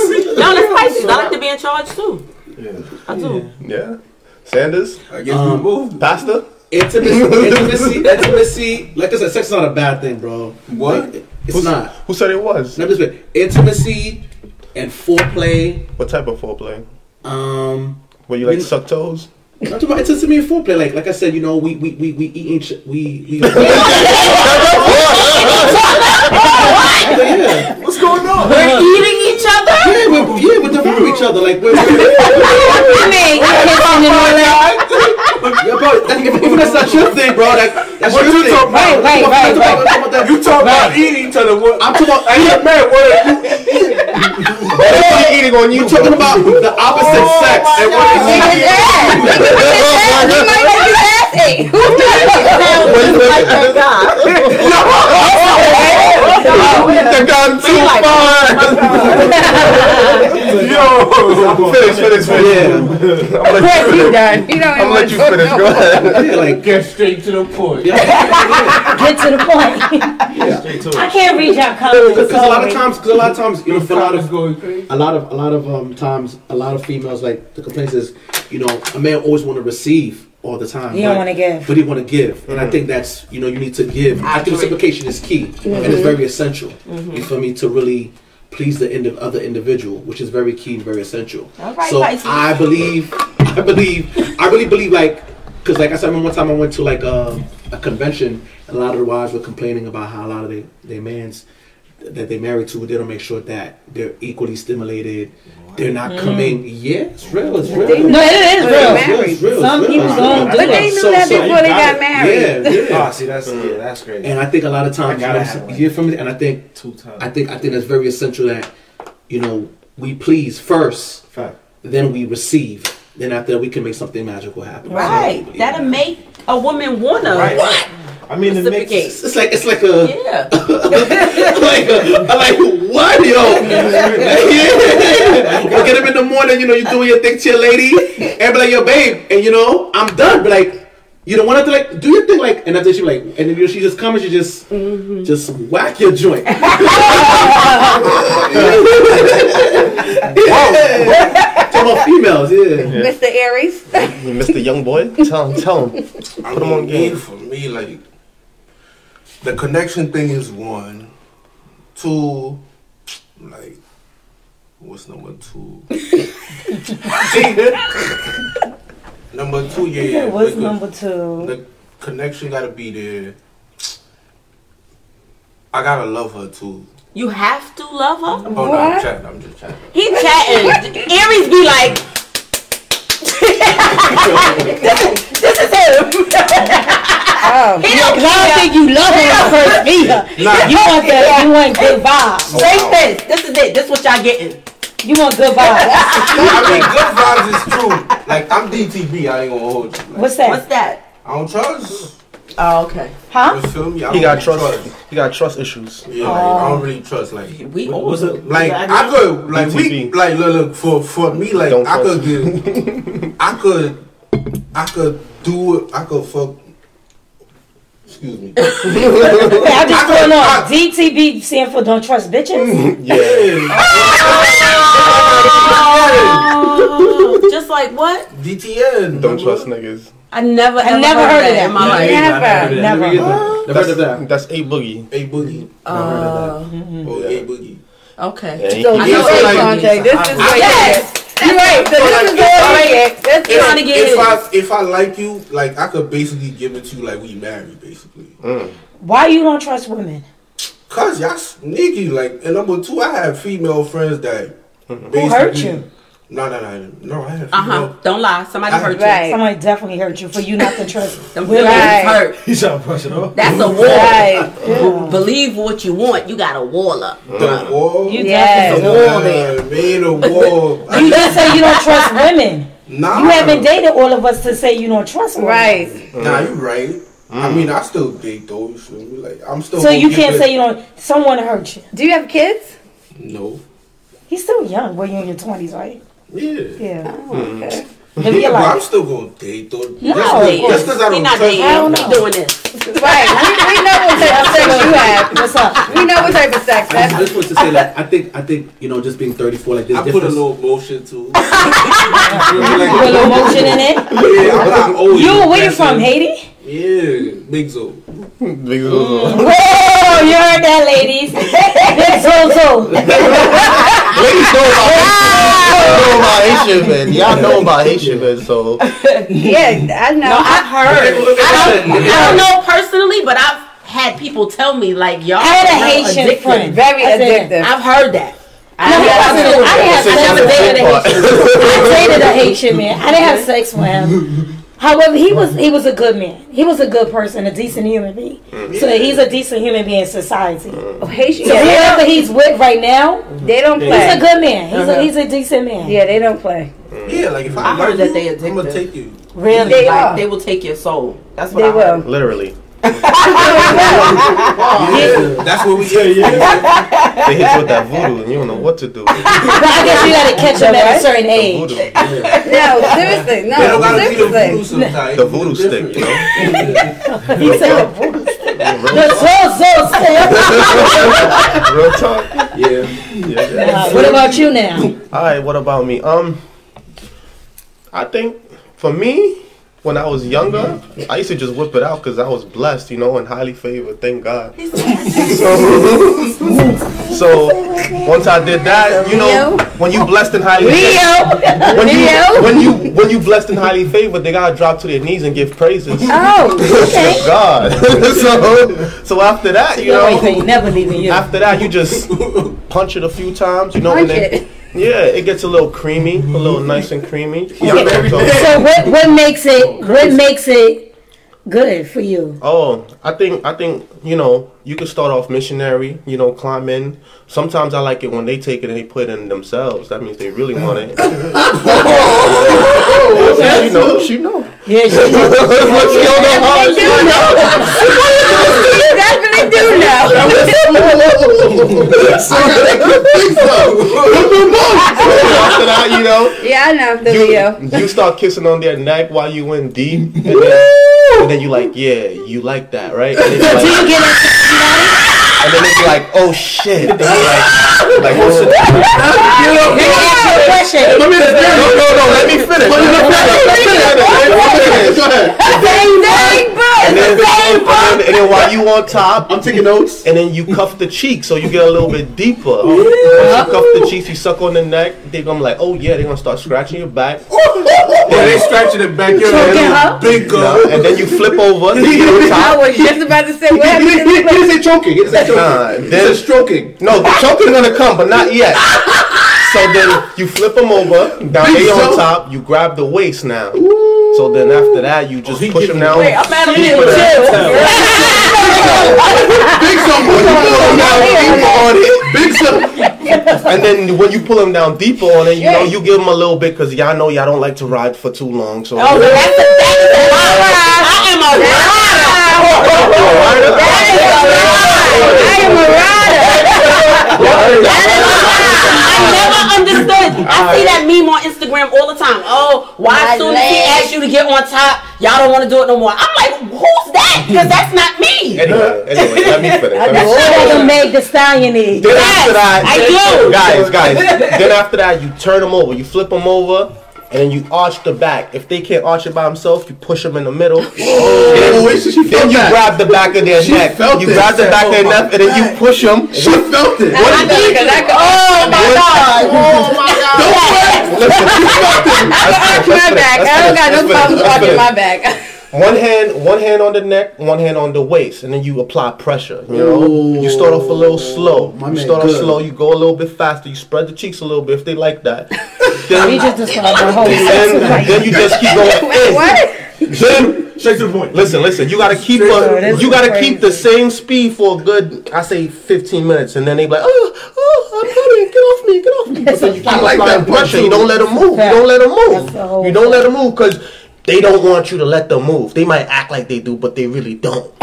Speaker 4: that's Pisces. I like to be in charge too. I do.
Speaker 2: Yeah. Sanders,
Speaker 3: I guess we moved.
Speaker 2: pasta.
Speaker 8: Um, intimacy, intimacy, intimacy. Like I said, sex is not a bad thing, bro.
Speaker 3: What?
Speaker 8: Like, it's not.
Speaker 2: Who said it was?
Speaker 8: Let me just wait. Intimacy and foreplay.
Speaker 2: What type of foreplay?
Speaker 8: Um,
Speaker 2: Were you like suck toes?
Speaker 8: not talking about intimacy and foreplay. Like, like I said, you know, we we we we eat each we we. yeah,
Speaker 3: What's going on?
Speaker 4: We're eating each other.
Speaker 8: yeah, we're, yeah, we devour each other. Like, we're, we're,
Speaker 6: I mean, I can't see them all that.
Speaker 8: yeah, bro. That, if, if that's not your thing, bro, like, that's
Speaker 3: What
Speaker 8: your
Speaker 3: you
Speaker 8: thing.
Speaker 3: talking
Speaker 8: I'm
Speaker 3: about?
Speaker 8: talking
Speaker 6: Right,
Speaker 8: about- I'm talking about that-
Speaker 3: You talk about eating each other. What?
Speaker 8: I'm talking about.
Speaker 3: I ain't mad. What? You
Speaker 2: Everybody eating on you. Oh
Speaker 8: We're talking about the opposite sex. And what is
Speaker 7: Look at that. Look at that. He might make his ass ache. Who
Speaker 2: the gun too far.
Speaker 3: Yo.
Speaker 2: Finish, finish, finish.
Speaker 8: Yeah,
Speaker 2: I'm gonna let you finish.
Speaker 7: done?
Speaker 2: I'm
Speaker 7: He don't even
Speaker 2: gonna
Speaker 7: want
Speaker 2: let
Speaker 7: to
Speaker 2: you
Speaker 7: talk
Speaker 2: finish.
Speaker 7: no
Speaker 2: Go
Speaker 7: more.
Speaker 2: ahead.
Speaker 8: yeah, like
Speaker 3: Get straight to the point.
Speaker 6: Get to the point.
Speaker 5: Straight to
Speaker 6: I
Speaker 5: it.
Speaker 6: can't read your comments.
Speaker 8: because a lot of times, because a lot of times, you know, for a lot
Speaker 3: It's
Speaker 8: of
Speaker 3: going crazy.
Speaker 8: a lot of a lot of um times a lot of females like the complaints is you know a man always want to receive all the time
Speaker 6: He don't
Speaker 8: but-
Speaker 6: wanna give.
Speaker 8: but he want to give and i think that's you know you need to give i, think reciprocation is key and it's very essential you feel me to really please the indi- other individual which is very key and very essential
Speaker 4: All right,
Speaker 8: so
Speaker 4: Pisces.
Speaker 8: i believe i believe i really believe like because like i said I remember one time i went to like um, a, a convention and a lot of the wives were complaining about how a lot of their they mans that they married to, they don't make sure that they're equally stimulated. They're not coming. Yeah, it's real. It's real.
Speaker 6: No, it is real.
Speaker 7: They married.
Speaker 6: Some people don't
Speaker 7: But they knew that before they got married.
Speaker 8: Yeah, yeah.
Speaker 5: Oh, see, that's yeah, that's crazy.
Speaker 8: And I think a lot of times,
Speaker 5: I gotta have
Speaker 8: you
Speaker 5: one.
Speaker 8: hear from me, and I think,
Speaker 5: Two times.
Speaker 8: I think, I think that's very essential that you know we please first,
Speaker 5: Fact.
Speaker 8: then we receive, then after that we can make something magical happen. So,
Speaker 4: Right.
Speaker 8: yeah.
Speaker 4: That'll make a woman wanna.
Speaker 5: Right. I mean, it makes
Speaker 4: Reciprocate.
Speaker 8: It's like it's like a
Speaker 4: Yeah.
Speaker 8: like, I'm like, what, yo? yeah. I get up in the morning, you know, you doing your thing to your lady, and be like, yo, babe, and you know, I'm done. But like, you don't want to like do your thing, like, and after she be like, and then you know, she just comes, she just, just whack your joint. yeah. Talking about females, yeah.
Speaker 7: Mr. Aries.
Speaker 2: Mr. Young Boy, tell him, tell him.
Speaker 3: I
Speaker 2: Put 'em on
Speaker 3: mean,
Speaker 2: game.
Speaker 3: for me, like the connection thing is one, two, like what's number two? number two, yeah. yeah.
Speaker 6: What's
Speaker 3: the,
Speaker 6: number two?
Speaker 3: The connection gotta be there. I gotta love her too.
Speaker 4: You have to love her.
Speaker 3: Oh no, I'm
Speaker 7: What?
Speaker 3: chatting. I'm just chatting.
Speaker 4: He chatting. Aries be like, this is him.
Speaker 7: Oh.
Speaker 4: He don't
Speaker 6: Because I don't
Speaker 4: care.
Speaker 6: think you love him at first either. You want the, you want good vibes.
Speaker 4: Straight this. This is it. This what y'all getting.
Speaker 6: You want good vibes.
Speaker 3: I mean, good vibes is true. Like I'm DTB. I ain't gonna hold you. Like,
Speaker 6: What's that?
Speaker 4: What's that?
Speaker 3: I don't trust.
Speaker 4: Oh, okay.
Speaker 6: huh?
Speaker 3: You feel me? I
Speaker 2: He
Speaker 3: don't
Speaker 2: got trust. He got trust issues.
Speaker 3: Yeah, like, I don't really trust. Like
Speaker 4: Oh. We
Speaker 5: What was it?
Speaker 3: Like I could, like we,
Speaker 2: BTV.
Speaker 3: like look, look for for me, like
Speaker 2: Don't
Speaker 3: I could
Speaker 2: fuss.
Speaker 3: give, I could, I could do it. I could fuck. Excuse me.
Speaker 6: Wait, I just
Speaker 3: I-
Speaker 6: don't know.
Speaker 3: I-
Speaker 6: DTB stand for don't trust
Speaker 2: Mm-hmm.
Speaker 6: bitches.
Speaker 2: Yeah.
Speaker 4: Oh, just like what?
Speaker 3: DTN.
Speaker 2: Don't
Speaker 3: nigga.
Speaker 2: trust niggas.
Speaker 4: I never,
Speaker 6: I
Speaker 4: ever
Speaker 6: never
Speaker 4: heard,
Speaker 6: heard of
Speaker 4: that,
Speaker 6: that.
Speaker 4: in my life.
Speaker 7: Never.
Speaker 8: Never
Speaker 6: Never.
Speaker 8: heard of that. Never heard of that.
Speaker 2: That's a boogie.
Speaker 3: A boogie.
Speaker 4: Uh,
Speaker 3: Oh yeah, boogie.
Speaker 4: okay.
Speaker 2: Yeah, he-
Speaker 7: So
Speaker 4: I
Speaker 7: this
Speaker 4: know
Speaker 7: is
Speaker 4: Aries.
Speaker 7: Andre. This is where yes. You're right. So this is where That's
Speaker 4: You're trying
Speaker 7: it.
Speaker 4: to get
Speaker 3: If
Speaker 4: his.
Speaker 3: I if I like you, like I could basically give it to you, like we married, basically.
Speaker 2: Mm.
Speaker 6: Why you don't trust women?
Speaker 3: Cause y'all sneaky. Like and number two, I have female friends that
Speaker 2: Mm-hmm.
Speaker 6: Who hurt you?
Speaker 3: No, no, no, no. I have female.
Speaker 4: Uh huh. Don't lie. Somebody hurt you.
Speaker 7: Right.
Speaker 6: Somebody definitely hurt you for you not to trust
Speaker 4: Them
Speaker 6: women.
Speaker 4: feelings
Speaker 7: Right.
Speaker 4: hurt.
Speaker 5: He's trying to brush it off.
Speaker 4: That's a wall.
Speaker 7: Right.
Speaker 4: Believe what you want. You got a wall up.
Speaker 3: The wall.
Speaker 6: You
Speaker 7: Yes.
Speaker 6: definitely.
Speaker 4: wall there.
Speaker 3: Yeah, made a wall.
Speaker 6: You just say you don't trust women.
Speaker 3: Nah.
Speaker 6: You haven't dated all of us to say you don't trust women.
Speaker 7: Right.
Speaker 3: Nah, you right.
Speaker 2: Mm.
Speaker 3: I mean, I still date though. You feel me? Like I'm still.
Speaker 6: So
Speaker 3: gonna
Speaker 6: you
Speaker 3: get
Speaker 6: can't
Speaker 3: it.
Speaker 6: say you don't. Someone hurt you.
Speaker 7: Do you have kids?
Speaker 3: no.
Speaker 6: He's still young. Well, you're in your twenties, right? Oh,
Speaker 3: Yeah.
Speaker 6: Yeah.
Speaker 7: Okay.
Speaker 6: Live your
Speaker 3: But I'm
Speaker 6: life.
Speaker 3: still gonna date though.
Speaker 6: No,
Speaker 3: Just-
Speaker 6: of
Speaker 3: just 'cause I
Speaker 4: He
Speaker 3: don't
Speaker 4: not
Speaker 3: trust
Speaker 4: dating.
Speaker 6: I don't
Speaker 3: you.
Speaker 6: know.
Speaker 4: He doing this.
Speaker 7: Right. We, we know what type of sex you have.
Speaker 6: What's up?
Speaker 7: We know what type of sex.
Speaker 8: I
Speaker 7: That's
Speaker 8: just want to say like I think I think you know just being 34 like there's
Speaker 3: I put a
Speaker 8: difference.
Speaker 3: little motion to.
Speaker 6: You put a little motion in it.
Speaker 3: Yeah, I'm not old.
Speaker 6: You, where you from, Haiti?
Speaker 3: Yeah, big zoo.
Speaker 4: Mm.
Speaker 6: Whoa, you heard that, ladies. Big Zozo.
Speaker 2: Ladies know about Haitian men. Y'all know about Haitian men, so
Speaker 7: yeah, I know.
Speaker 4: No, I've heard. I don't,
Speaker 3: Listen,
Speaker 4: I don't know personally, but I've had people tell me like y'all.
Speaker 6: I had a
Speaker 4: are
Speaker 6: Haitian
Speaker 4: addicted.
Speaker 6: friend.
Speaker 7: very
Speaker 6: I said-
Speaker 7: addictive.
Speaker 4: I've heard that. I,
Speaker 6: No, he wasn't. I didn't have
Speaker 4: I never
Speaker 6: sex
Speaker 4: dated a
Speaker 6: with
Speaker 4: Haitian.
Speaker 6: I dated a Haitian man. I didn't have sex with him. However, he was he was a good man. He was a good person, a decent human being. So he's a decent human being in society. So
Speaker 7: Haitian. yeah,
Speaker 6: whoever he's with right now,
Speaker 7: they don't
Speaker 6: he's a
Speaker 7: play.
Speaker 6: good man. He's a he's a decent man.
Speaker 7: Yeah, they don't play.
Speaker 3: Yeah, like if I,
Speaker 4: I heard
Speaker 3: love
Speaker 4: that
Speaker 3: you,
Speaker 4: they
Speaker 3: I'm gonna
Speaker 4: addicted.
Speaker 3: take you.
Speaker 6: Really?
Speaker 7: They
Speaker 4: Like
Speaker 7: are.
Speaker 4: they will take your soul. That's what
Speaker 7: They
Speaker 4: I heard.
Speaker 7: will.
Speaker 2: literally
Speaker 3: Yeah, that's what we get. Yeah,
Speaker 2: they hit you with that voodoo, and you don't know what to do.
Speaker 6: But I guess you gotta catch him at a certain age.
Speaker 2: Voodoo,
Speaker 7: No, seriously,
Speaker 3: they don't
Speaker 7: no,
Speaker 3: gotta see the voodoo
Speaker 7: seriously.
Speaker 3: sometimes.
Speaker 2: the voodoo stick, you know.
Speaker 6: He said the the so so
Speaker 2: Real talk.
Speaker 8: Yeah.
Speaker 2: Yeah.
Speaker 6: What about you now?
Speaker 2: All right, what about me? Um, I think for me, when I was younger, I used to just whip it out because I was blessed, you know, and highly favored. Thank God. so, so once I did that, you know, when you blessed and highly
Speaker 7: Leo,
Speaker 2: when you
Speaker 7: Leo.
Speaker 2: when you when you blessed and highly favored, they gotta drop to their knees and give praises.
Speaker 7: Oh, okay.
Speaker 2: God. so, so after that, you
Speaker 6: You always
Speaker 2: know,
Speaker 6: ain't never leaving you.
Speaker 2: after that, you just punch it a few times, you know, and
Speaker 7: Punch
Speaker 2: then
Speaker 7: it.
Speaker 2: yeah, it gets a little creamy, a little nice and creamy. Yeah,
Speaker 6: So what what makes it what makes it good for you?
Speaker 2: Oh, I think I think you know you can start off missionary, you know, climbing. Sometimes I like it when they take it and they put it in themselves. That means they really want it. she know, she know.
Speaker 6: Yeah, she,
Speaker 2: She don't know how to-
Speaker 7: You definitely do know.
Speaker 2: After that, you know.
Speaker 7: Yeah, I know the Leo.
Speaker 2: you, you start kissing on their neck while you in deep, and then, and then you like, yeah, you like that, right? And then you like, and then it's like, oh shit, And you're like, like oh, shit.
Speaker 6: question.
Speaker 2: No, no, no, let me finish. Let me finish. Let me finish. And then, and then, and then while you on top,
Speaker 8: I'm taking notes.
Speaker 2: and then you cuff the cheek so you get a little bit deeper. Once you cuff the cheeks, you suck on the neck, they're gonna be like, oh yeah, they're gonna start scratching your back.
Speaker 3: Yeah, they stretching it back. You're
Speaker 7: Choking
Speaker 3: like,
Speaker 7: her?
Speaker 3: big
Speaker 2: No,
Speaker 3: girl.
Speaker 2: and then you flip over. they get on
Speaker 7: I
Speaker 2: top.
Speaker 7: was just about to say what
Speaker 8: He
Speaker 7: happened.
Speaker 8: didn't he didn't say choking. He didn't say
Speaker 2: Nah,
Speaker 8: choking. He said
Speaker 2: then-
Speaker 8: stroking.
Speaker 2: No, the choking gonna come, but not yet. So then you flip them over. Now they on top. You grab the waist now. So then after that,
Speaker 4: Oh,
Speaker 2: you just
Speaker 3: he
Speaker 2: push them
Speaker 3: giving
Speaker 2: down.
Speaker 4: Wait, I'm at a
Speaker 2: Keep it
Speaker 4: little
Speaker 2: up.
Speaker 8: Big some. What you doing
Speaker 2: Now
Speaker 8: now?
Speaker 2: deeper on it. Big suck. And then when you pull them down deeper on it, you know you give them a little bit because y'all know y'all don't like to ride for too long. So
Speaker 4: Oh, but that's a that's a lie. I am a liar. I never understood. I see that meme on Instagram all the time. Oh, why
Speaker 7: My
Speaker 4: soon as he
Speaker 7: leg.
Speaker 4: asked you to get on top, y'all don't want to do it no more. I'm like, who's that? Because that's not me.
Speaker 2: Anyway, anyway, let me finish. Let me
Speaker 6: That's what the Meg the Stallion is.
Speaker 2: Then
Speaker 4: Yes,
Speaker 2: after that,
Speaker 4: I do.
Speaker 2: guys, guys. then after that, you turn them over, you flip them over, and then you arch the back. If they can't arch it by themself, you push them in the middle.
Speaker 8: Oh,
Speaker 2: then,
Speaker 8: wait, she- she
Speaker 2: then
Speaker 8: felt
Speaker 2: you
Speaker 8: that.
Speaker 2: grab the back of their
Speaker 8: She
Speaker 2: neck.
Speaker 8: felt
Speaker 2: You
Speaker 8: it.
Speaker 2: grab the back of their
Speaker 3: Oh
Speaker 2: neck,
Speaker 3: my
Speaker 2: and then you push them.
Speaker 8: She felt it.
Speaker 7: I need you.
Speaker 4: Oh my God. Oh my God.
Speaker 7: I arch my back. I don't got no problems arching my back.
Speaker 2: One hand, one hand on the neck, one hand on the waist, and then you apply pressure. You know, you start off a little slow.
Speaker 8: My
Speaker 2: you
Speaker 8: man
Speaker 2: start off
Speaker 8: good.
Speaker 2: slow. You go a little bit faster. You spread the cheeks a little bit if they like that.
Speaker 6: He
Speaker 2: then,
Speaker 6: just described the whole
Speaker 2: then, then you just keep going. in.
Speaker 7: What?
Speaker 2: Then
Speaker 3: Straight to the point.
Speaker 2: Listen, listen. You gotta keep a, you gotta keep the same speed for a good, I say, fifteen minutes, and then they be like, oh, oh, I'm coming, get off me, get off me. But then you keep
Speaker 8: like
Speaker 2: applying
Speaker 8: that
Speaker 2: pressure. You don't let them move. You don't let them
Speaker 6: That's the whole
Speaker 2: move. You don't let them move because They don't want you to let them move. They might act like they do, but they really don't.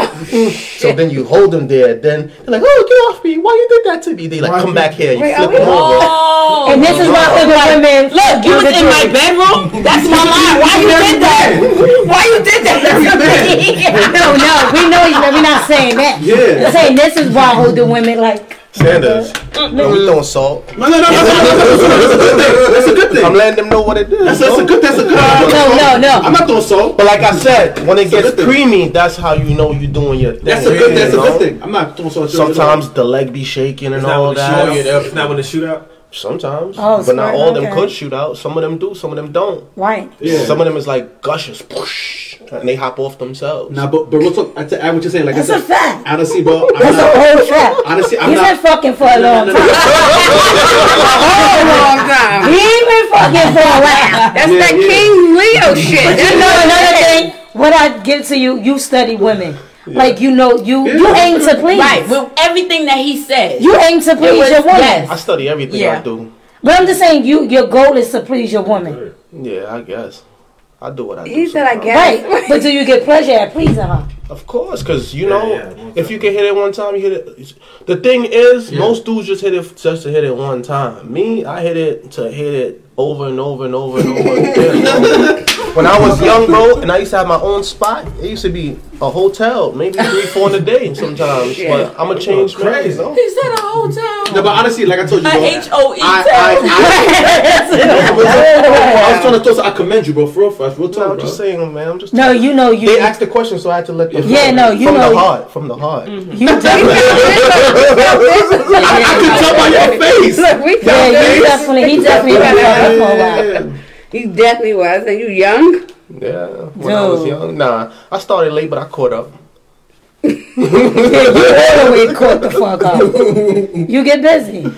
Speaker 2: so then you hold them there. Then they're like, "Oh, get off me! Why you did that to me?" They like,
Speaker 5: Why
Speaker 2: "Come
Speaker 5: you-
Speaker 2: back here." You
Speaker 7: Wait,
Speaker 2: flip
Speaker 7: are we-
Speaker 2: them over.
Speaker 4: Oh,
Speaker 6: And this is why older women
Speaker 4: look, you was in my bedroom. That's my line. Why you did that? Why you did that?
Speaker 6: no, no, we know you. We're not saying that.
Speaker 8: Yeah.
Speaker 6: We're saying this is why older women like.
Speaker 2: Sanders, no, we throwing salt.
Speaker 8: No, no, no, no, no, no, no, no, no, no, no, That's a good thing.
Speaker 2: I'm letting them know what it is.
Speaker 8: That's, that's a good. That's a good.
Speaker 6: No, no, no.
Speaker 8: I'm not throwing salt.
Speaker 2: But like I said, when it
Speaker 8: That's a
Speaker 2: gets
Speaker 8: good thing.
Speaker 2: creamy, that's how you know you're doing your thing.
Speaker 8: That's a good. That's a
Speaker 2: you know?
Speaker 8: good thing. I'm not throwing salt.
Speaker 2: Sometimes the leg be shaking and
Speaker 5: It's not
Speaker 2: all
Speaker 5: when the
Speaker 2: that.
Speaker 5: shootout- it's not when the shootout.
Speaker 2: Sometimes,
Speaker 6: Oh,
Speaker 2: but not
Speaker 6: smart,
Speaker 2: all of them
Speaker 6: okay.
Speaker 2: could shoot out. Some of them do, some of them don't.
Speaker 6: Right.
Speaker 8: Yeah.
Speaker 2: Some of them is like gushes, whoosh, and they hop off themselves.
Speaker 8: Nah, but but real talk. I, t- I what you're saying. Like
Speaker 6: That's
Speaker 8: I
Speaker 6: a
Speaker 8: said,
Speaker 6: fact.
Speaker 8: honestly, bro, I'm
Speaker 6: That's
Speaker 8: not.
Speaker 6: a whole trap.
Speaker 8: Honestly, I'm
Speaker 6: He's
Speaker 8: not.
Speaker 6: been fucking for a long
Speaker 8: no, no,
Speaker 6: time. He been fucking for a while.
Speaker 7: That's
Speaker 8: Yeah,
Speaker 7: that
Speaker 8: yeah.
Speaker 7: King Leo shit.
Speaker 6: You
Speaker 7: That's
Speaker 6: know another thing? What I give to you, you study women. Like you know, you you
Speaker 8: Yeah.
Speaker 6: aim to please.
Speaker 4: Right, with everything that he said.
Speaker 6: You aim to please
Speaker 4: was-
Speaker 6: your woman.
Speaker 4: yes.
Speaker 2: I study everything
Speaker 4: Yeah.
Speaker 2: I do.
Speaker 6: But I'm just saying, you your goal is to please your woman,
Speaker 2: Yeah, I guess I do what I do.
Speaker 7: He said, "I
Speaker 2: sometimes.
Speaker 7: guess."
Speaker 6: right? But do you get pleasure at pleasing her?
Speaker 2: Of course, because you know,
Speaker 5: yeah, one
Speaker 2: if you can hit it one time, you hit it. The thing is, most dudes just hit it just to hit it one time. Me, I hit it to hit it over and over and over and over again. bro. When I was young, bro, and I used to have my own spot, it used to be a hotel, maybe three, four in a day sometimes. But I'm a change man.
Speaker 5: Crazy.
Speaker 4: He said a hotel.
Speaker 8: No, but honestly, like I told you,
Speaker 4: A
Speaker 8: bro,
Speaker 4: H O E
Speaker 8: I-
Speaker 4: town.
Speaker 8: I was I was trying to toast. I commend you, bro. For real, for us, real
Speaker 2: No,
Speaker 8: talk,
Speaker 2: I'm
Speaker 8: bro.
Speaker 2: just saying, man. I'm just.
Speaker 6: No, you know you.
Speaker 2: They asked the question, so I had to let them.
Speaker 6: Yeah,
Speaker 2: know.
Speaker 6: no, you
Speaker 2: from
Speaker 6: know- Mm-hmm.
Speaker 2: the heart, from the heart.
Speaker 6: You definitely,
Speaker 8: I, I could tell by your face.
Speaker 7: Look, we
Speaker 6: yeah,
Speaker 7: found
Speaker 6: you
Speaker 7: it.
Speaker 6: definitely, he definitely been fucking for a while.
Speaker 7: He definitely was. And you young?
Speaker 2: Yeah, when I was
Speaker 6: Dude.
Speaker 2: young. Nah, I started late, but I caught up.
Speaker 6: You always caught the fuck up. You get busy.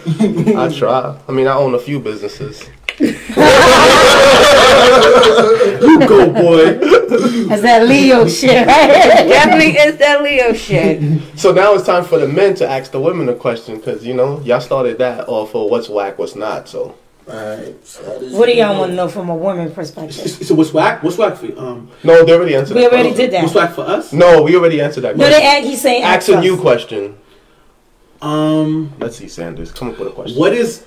Speaker 2: I try. I mean, I own a few businesses.
Speaker 8: You go, boy.
Speaker 6: That's that Leo shit, right?
Speaker 7: Definitely is that Leo shit.
Speaker 2: So now it's time for the men to ask the women a question, because you know y'all started that off of what's whack, what's not. So
Speaker 3: Alright, so I just-
Speaker 6: What do y'all want to know from a woman perspective?
Speaker 8: So what's whack? What's whack for you? Um,
Speaker 2: no, they already answered.
Speaker 6: We
Speaker 2: that
Speaker 6: already
Speaker 2: question.
Speaker 6: did that.
Speaker 8: what's whack for us?
Speaker 2: No, we already answered that.
Speaker 6: No,
Speaker 2: question.
Speaker 6: they act, he's saying
Speaker 2: ask a new question.
Speaker 8: Um,
Speaker 2: Let's see, Sanders, come up with a question.
Speaker 8: what is?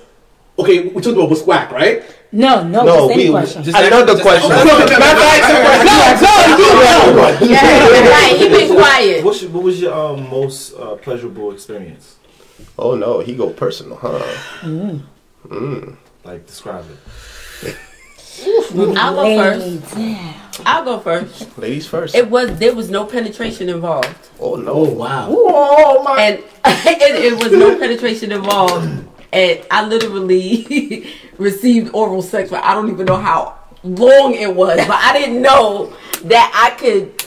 Speaker 8: Okay, we talked about what's whack, right?
Speaker 6: No, no,
Speaker 2: No,
Speaker 6: just
Speaker 2: we
Speaker 6: any question.
Speaker 5: Just
Speaker 2: another question.
Speaker 4: Right, he been quiet.
Speaker 5: What's your, what was your um, most uh, pleasurable experience?
Speaker 2: Oh no, he go personal, huh?
Speaker 5: Like describe it.
Speaker 4: I'll go first.
Speaker 6: Ladies.
Speaker 4: I'll go first.
Speaker 2: Ladies first.
Speaker 4: It was there was no penetration involved.
Speaker 2: oh no,
Speaker 8: wow.
Speaker 2: oh my.
Speaker 4: and it, it was no penetration involved. And I literally received oral sex, but I don't even know how long it was. But I didn't know that I could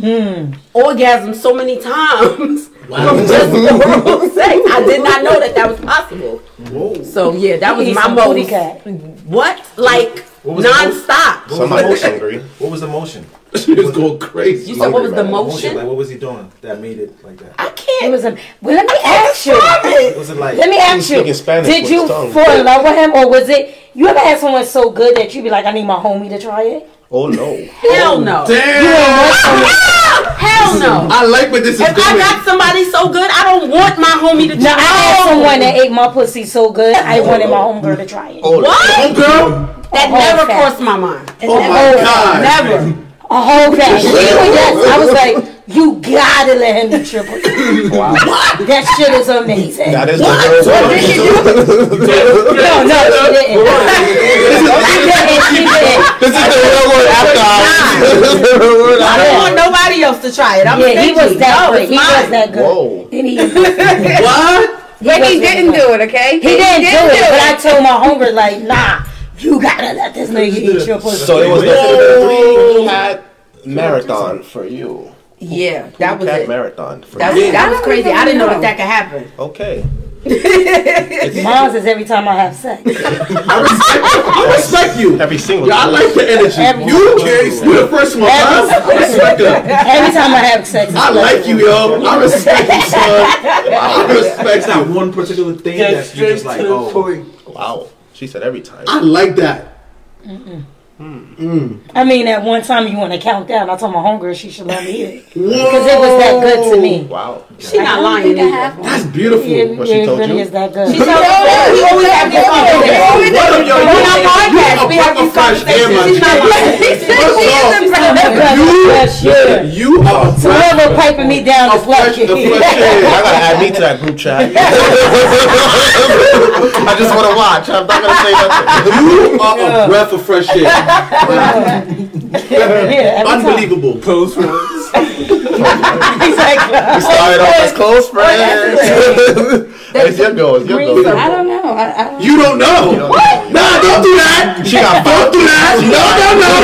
Speaker 4: hmm, orgasm so many times from just oral sex. I did not know that that was possible. So yeah, that was
Speaker 6: He's
Speaker 4: my
Speaker 6: some booty
Speaker 4: most.
Speaker 6: cat.
Speaker 4: What like
Speaker 5: What was the most-
Speaker 4: nonstop?
Speaker 5: what was the
Speaker 2: Somebody
Speaker 5: most-
Speaker 2: hungry.
Speaker 5: What was the motion?
Speaker 8: It's going crazy.
Speaker 4: You said what was the
Speaker 2: man.
Speaker 5: Like
Speaker 4: motion?
Speaker 5: what was he doing that made it like that?
Speaker 4: I
Speaker 6: It
Speaker 4: can't.
Speaker 6: was a, well, let me ask you.
Speaker 5: Was it like
Speaker 6: Let me ask
Speaker 2: He's
Speaker 6: you.
Speaker 2: speaking Spanish
Speaker 6: Did
Speaker 2: with
Speaker 6: you
Speaker 2: his tongue.
Speaker 6: fall in love with him, or was it you ever had someone so good that you be like, I need my homie to try it?
Speaker 2: Oh no.
Speaker 4: Hell no. Hell no.
Speaker 8: I like where this is
Speaker 4: If I got somebody so good, I don't want my homie to Oh,
Speaker 6: No, I had
Speaker 4: No.
Speaker 6: someone that ate my pussy so good, I wanted my homegirl to try it.
Speaker 2: Oh,
Speaker 4: What?
Speaker 8: Girl,
Speaker 4: That
Speaker 6: whole
Speaker 4: never
Speaker 6: fact.
Speaker 4: crossed my mind.
Speaker 8: oh my god.
Speaker 4: Never.
Speaker 6: A whole fact. She was just, I was like, you gotta let him eat your pussy. Wow. That shit is amazing.
Speaker 2: That is the girl's
Speaker 6: no, no, she didn't. she didn't. She didn't.
Speaker 2: This is the real world after hours. the real world
Speaker 4: I don't want
Speaker 2: after hours.
Speaker 4: nobody else to try it. I'm
Speaker 6: Yeah, he was
Speaker 4: stingy.
Speaker 6: that
Speaker 4: No,
Speaker 6: good.
Speaker 4: it's
Speaker 6: He was
Speaker 4: mine.
Speaker 6: that good.
Speaker 2: Whoa.
Speaker 6: And he, he
Speaker 8: What?
Speaker 7: But he didn't do it, okay?
Speaker 6: didn't do it, but I told my homegirl, like, nah, you gotta let this nigga eat your pussy.
Speaker 2: So it was the three cat marathon for you.
Speaker 4: Yeah, that was
Speaker 2: cat
Speaker 4: it.
Speaker 2: marathon for
Speaker 4: That
Speaker 2: you.
Speaker 4: was, that was
Speaker 7: Yeah.
Speaker 4: crazy. I didn't know that that could happen.
Speaker 2: Okay.
Speaker 6: Mine is every time I have sex.
Speaker 8: I respect, I respect you.
Speaker 2: Every single
Speaker 8: Yeah, I
Speaker 2: time.
Speaker 8: like the energy.
Speaker 6: Every-
Speaker 8: You, you the first one, huh? I respect her.
Speaker 6: Every time I have sex.
Speaker 8: I like you, yo. I respect you, son. I
Speaker 5: it's
Speaker 8: respect
Speaker 5: not
Speaker 8: you.
Speaker 5: one particular thing that you just like oh
Speaker 2: Wow. She said every time.
Speaker 8: I like that.
Speaker 6: I mean, at one time you want to count down. I told my homegirl she should let me hear it because it was that good to me.
Speaker 2: Wow.
Speaker 4: She not lying either.
Speaker 8: That's beautiful.
Speaker 6: It,
Speaker 2: What she
Speaker 6: it
Speaker 2: told
Speaker 6: really
Speaker 2: you?
Speaker 6: is that good.
Speaker 4: She told us we always have this conversation.
Speaker 8: What up, yo?
Speaker 4: On our podcast, we have these conversations. She's not lying.
Speaker 6: You, you,
Speaker 8: You are
Speaker 6: whoever piping me down is lucky.
Speaker 2: I gotta add me to that group chat. I just wanna watch. I'm not gonna say nothing.
Speaker 8: you are a breath of fresh air.
Speaker 6: yeah, every time.
Speaker 8: Unbelievable.
Speaker 3: Close ones.
Speaker 2: We started off as close friends. it's your goal. It's your goal.
Speaker 7: I don't know. I, I don't
Speaker 8: You don't know.
Speaker 2: What?
Speaker 8: Nah, don't do that.
Speaker 2: She got
Speaker 8: Don't do that. No, no, no.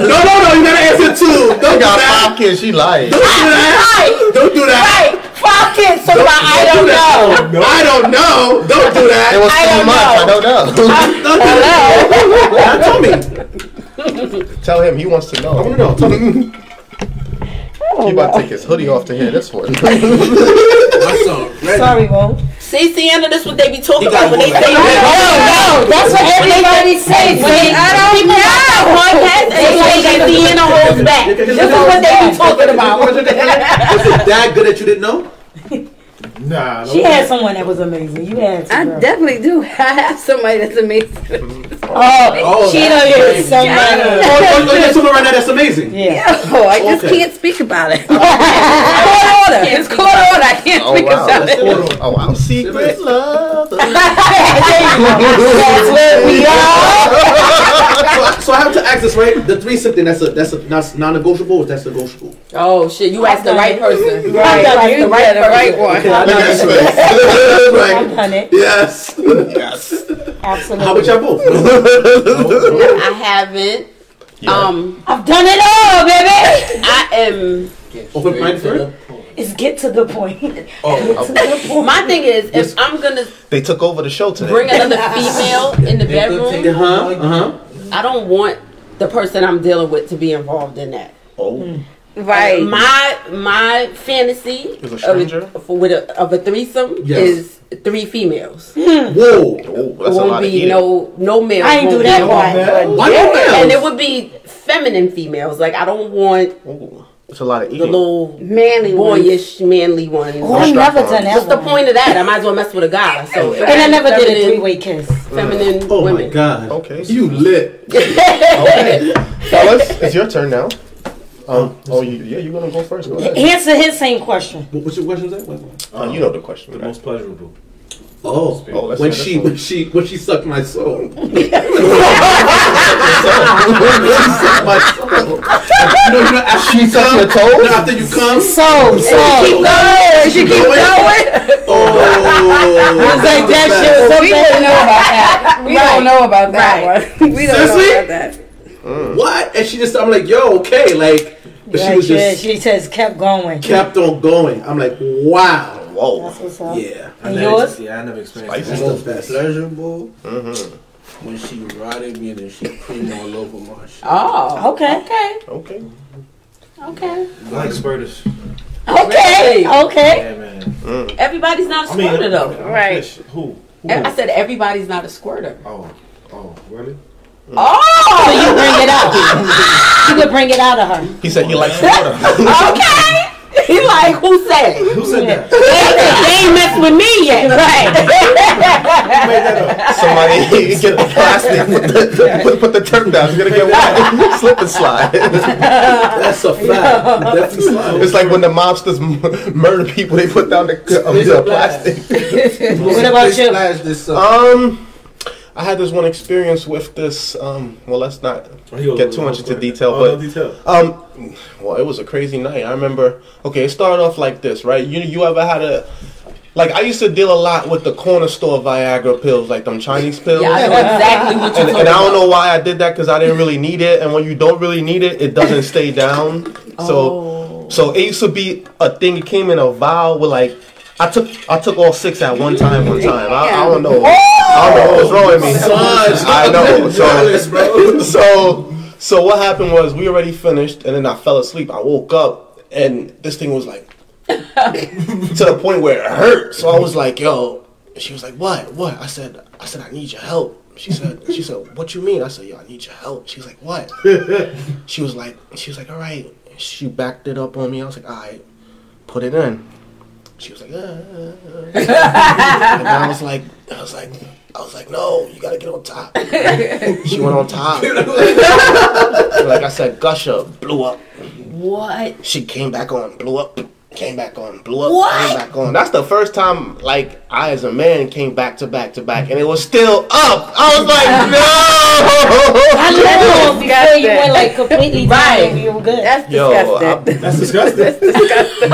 Speaker 8: No, no, no. You gotta answer too.
Speaker 2: She
Speaker 8: Don't do
Speaker 2: got
Speaker 8: that.
Speaker 2: five kids. She lying.
Speaker 8: Don't do that. Don't do that.
Speaker 4: Right. Five kids, so I don't know.
Speaker 8: know. I don't know. Don't do that.
Speaker 2: It was
Speaker 4: I
Speaker 2: too
Speaker 4: don't
Speaker 2: much. I don't know.
Speaker 8: Don't do that. Tell me.
Speaker 2: Tell him he wants to know. I
Speaker 8: wanna know. Tell
Speaker 2: me. He about to take his hoodie off to hear this one.
Speaker 3: That's all.
Speaker 6: Sorry, Mo.
Speaker 4: See, Sienna, this what they be talking
Speaker 3: He got
Speaker 4: about when they
Speaker 3: more.
Speaker 4: say
Speaker 6: No, that's what everybody says.
Speaker 4: Wait, I don't people know. That podcast and they say that Sienna holds back. This is what they be talking about.
Speaker 8: Was it that good that you didn't know?
Speaker 5: Nah,
Speaker 6: She had someone that was amazing. You had to.
Speaker 7: I
Speaker 6: girl.
Speaker 7: definitely do. I have somebody that's amazing.
Speaker 6: Oh,
Speaker 8: Oh,
Speaker 6: she done hit so many.
Speaker 8: Oh, oh, oh, there's someone right now that's amazing.
Speaker 6: Yeah.
Speaker 7: Oh, I just
Speaker 8: Okay.
Speaker 7: can't speak about it. It's court order. It's court order. I can't
Speaker 2: Oh
Speaker 7: speak
Speaker 2: wow.
Speaker 7: about it.
Speaker 2: Oh wow. Secret love.
Speaker 6: That's where we are.
Speaker 8: So, I- so I have to ask this, right? The three something that's a that's a that's non-negotiable. Or that's negotiable.
Speaker 4: Oh shit, you asked the right person.
Speaker 6: Right,
Speaker 7: Like,
Speaker 6: right,
Speaker 7: you
Speaker 6: right,
Speaker 7: got the right one.
Speaker 8: Look at this face.
Speaker 6: I've
Speaker 8: Right.
Speaker 6: done it.
Speaker 8: Yes.
Speaker 2: Yes.
Speaker 8: How about
Speaker 6: Absolutely.
Speaker 8: y'all both?
Speaker 4: I haven't. Um,
Speaker 6: I've done it all, baby.
Speaker 4: I am.
Speaker 8: Open mind for it?
Speaker 6: It's get to the point.
Speaker 4: My thing is, if I'm gonna
Speaker 2: They took over the show today.
Speaker 4: bring another female in the bedroom,
Speaker 8: Uh-huh. Uh-huh.
Speaker 4: I don't want the person I'm dealing with to be involved in that. Hmm.
Speaker 2: Oh.
Speaker 7: Right.
Speaker 4: My my fantasy
Speaker 2: Is a
Speaker 4: of
Speaker 2: stranger?
Speaker 4: of, with a, of a threesome
Speaker 8: Yes.
Speaker 4: is three females.
Speaker 8: Whoa.
Speaker 2: Oh,
Speaker 4: It
Speaker 2: that's a
Speaker 4: won't
Speaker 2: lot of
Speaker 4: be
Speaker 2: eating.
Speaker 4: no no males.
Speaker 6: I ain't
Speaker 4: won't
Speaker 6: do
Speaker 4: be
Speaker 6: that
Speaker 4: involved.
Speaker 6: one.
Speaker 8: Why
Speaker 4: And it
Speaker 8: yeah.
Speaker 4: would be feminine females. Like I don't want
Speaker 2: Ooh, Oh, It's a lot of
Speaker 4: the
Speaker 2: eating.
Speaker 4: little
Speaker 7: Manly ones.
Speaker 4: boyish, manly ones.
Speaker 6: Oh, I've never done that.
Speaker 4: What's the
Speaker 6: one.
Speaker 4: point of that? I might as well mess with a guy. So
Speaker 6: And I never did a
Speaker 4: feminine-
Speaker 6: three-way kiss.
Speaker 4: Feminine
Speaker 8: Oh
Speaker 4: women.
Speaker 8: my god.
Speaker 2: Okay.
Speaker 8: You lit.
Speaker 2: Okay. Fellas, it's your turn now. Um, oh, you, yeah, you're gonna go first. Go ahead.
Speaker 6: Answer his same question.
Speaker 8: What, what's your question? Zach? What- what?
Speaker 2: Uh, you know the question.
Speaker 5: the
Speaker 2: Right?
Speaker 5: most pleasurable.
Speaker 8: Oh.
Speaker 2: Oh, let's
Speaker 8: When
Speaker 2: hear this
Speaker 8: she
Speaker 2: one.
Speaker 8: when she when she sucked my soul. You know, you know, after you
Speaker 2: sucked
Speaker 8: come,
Speaker 2: your toes?
Speaker 8: you know, after you come,
Speaker 6: So, so.
Speaker 7: She keep going.
Speaker 8: oh,
Speaker 6: Like that shit was so
Speaker 7: We don't know about that. We don't know about that one. We don't
Speaker 8: Seriously?
Speaker 7: know about that.
Speaker 8: what? And she just, I'm like, yo, okay, like, but she was
Speaker 6: yeah,
Speaker 8: just
Speaker 6: she just kept going.
Speaker 8: kept on going. I'm like, wow,
Speaker 2: Whoa.
Speaker 6: That's what's up.
Speaker 8: yeah,
Speaker 5: I
Speaker 6: And
Speaker 5: never-
Speaker 6: yours?
Speaker 5: Yeah, I never experienced
Speaker 2: Spicy.
Speaker 5: that.
Speaker 8: that's the best. Mm-hmm.
Speaker 3: pleasurable when she rotted me and then she creamed all over my shit.
Speaker 4: Oh.
Speaker 6: Okay.
Speaker 4: Okay.
Speaker 2: Okay.
Speaker 4: Okay.
Speaker 5: I like spurters.
Speaker 6: Okay. Okay.
Speaker 5: Yeah, man.
Speaker 4: Everybody's not a
Speaker 5: I mean,
Speaker 4: squirter
Speaker 5: I mean, I'm
Speaker 4: though.
Speaker 7: Right.
Speaker 5: fish. Who? Who?
Speaker 4: I said everybody's not a squirter.
Speaker 5: Oh, oh, really?
Speaker 6: So you bring it out. You could bring it out of her.
Speaker 2: He said he likes water.
Speaker 4: Okay. He like who said it?
Speaker 5: Who said that?
Speaker 6: They ain't messed with me yet.
Speaker 2: Somebody get the plastic. Put the, put, put the turn down. It's gonna get wet. Slip and slide.
Speaker 8: That's a fact. That's a slide.
Speaker 2: It's like when the mobsters m- murder people. They put down the, um, the plastic.
Speaker 6: What about you?
Speaker 3: Splash this
Speaker 8: uh,
Speaker 3: up.
Speaker 2: Um, I had this one experience with this. Um, well, let's not get too much into detail,
Speaker 5: Oh, no
Speaker 2: but
Speaker 5: detail.
Speaker 2: um, well, it was a crazy night. I remember. Okay, it started off like this, right? You you ever had a like? I used to deal a lot with the corner store Viagra pills, like them Chinese pills.
Speaker 4: Yeah, I know exactly what you're
Speaker 2: And,
Speaker 4: talking
Speaker 2: and I
Speaker 4: about.
Speaker 2: don't know why I did that because I didn't really need it. And when you don't really need it, it doesn't stay down.
Speaker 4: Oh.
Speaker 2: So, so it used to be a thing. It came in a vial with like, I took I took all six at one time. One time. I, I don't
Speaker 4: Oh!
Speaker 2: know. I don't know what was wrong with me. I know.
Speaker 8: Jealous,
Speaker 2: So,
Speaker 8: bro.
Speaker 2: so, so what happened was we already finished, and then I fell asleep. I woke up, and this thing was like to the point where it hurt. So I was like, yo, she was like, what? What? I said, I said, I need your help. She said, she said, what you mean? I said, yo, I need your help. She's like, what? she was like, she was like, all right. She backed it up on me. I was like, all right, put it in. She was like, uh, uh, uh. and I was like, I was like, I was like, no, you gotta get on top. she went on top. like I said, Gusher blew up.
Speaker 4: What?
Speaker 2: She came back on, blew up, came back on, blew up, came back on. That's the first time, like, I as a man came back to back to back, and it was still up. I was
Speaker 6: I
Speaker 2: like, no.
Speaker 6: love you before you
Speaker 7: disgusting.
Speaker 6: went like completely
Speaker 4: Right.
Speaker 6: down. You were good.
Speaker 7: That's
Speaker 2: Yo, I'm-
Speaker 7: disgusting.
Speaker 8: That's disgusting.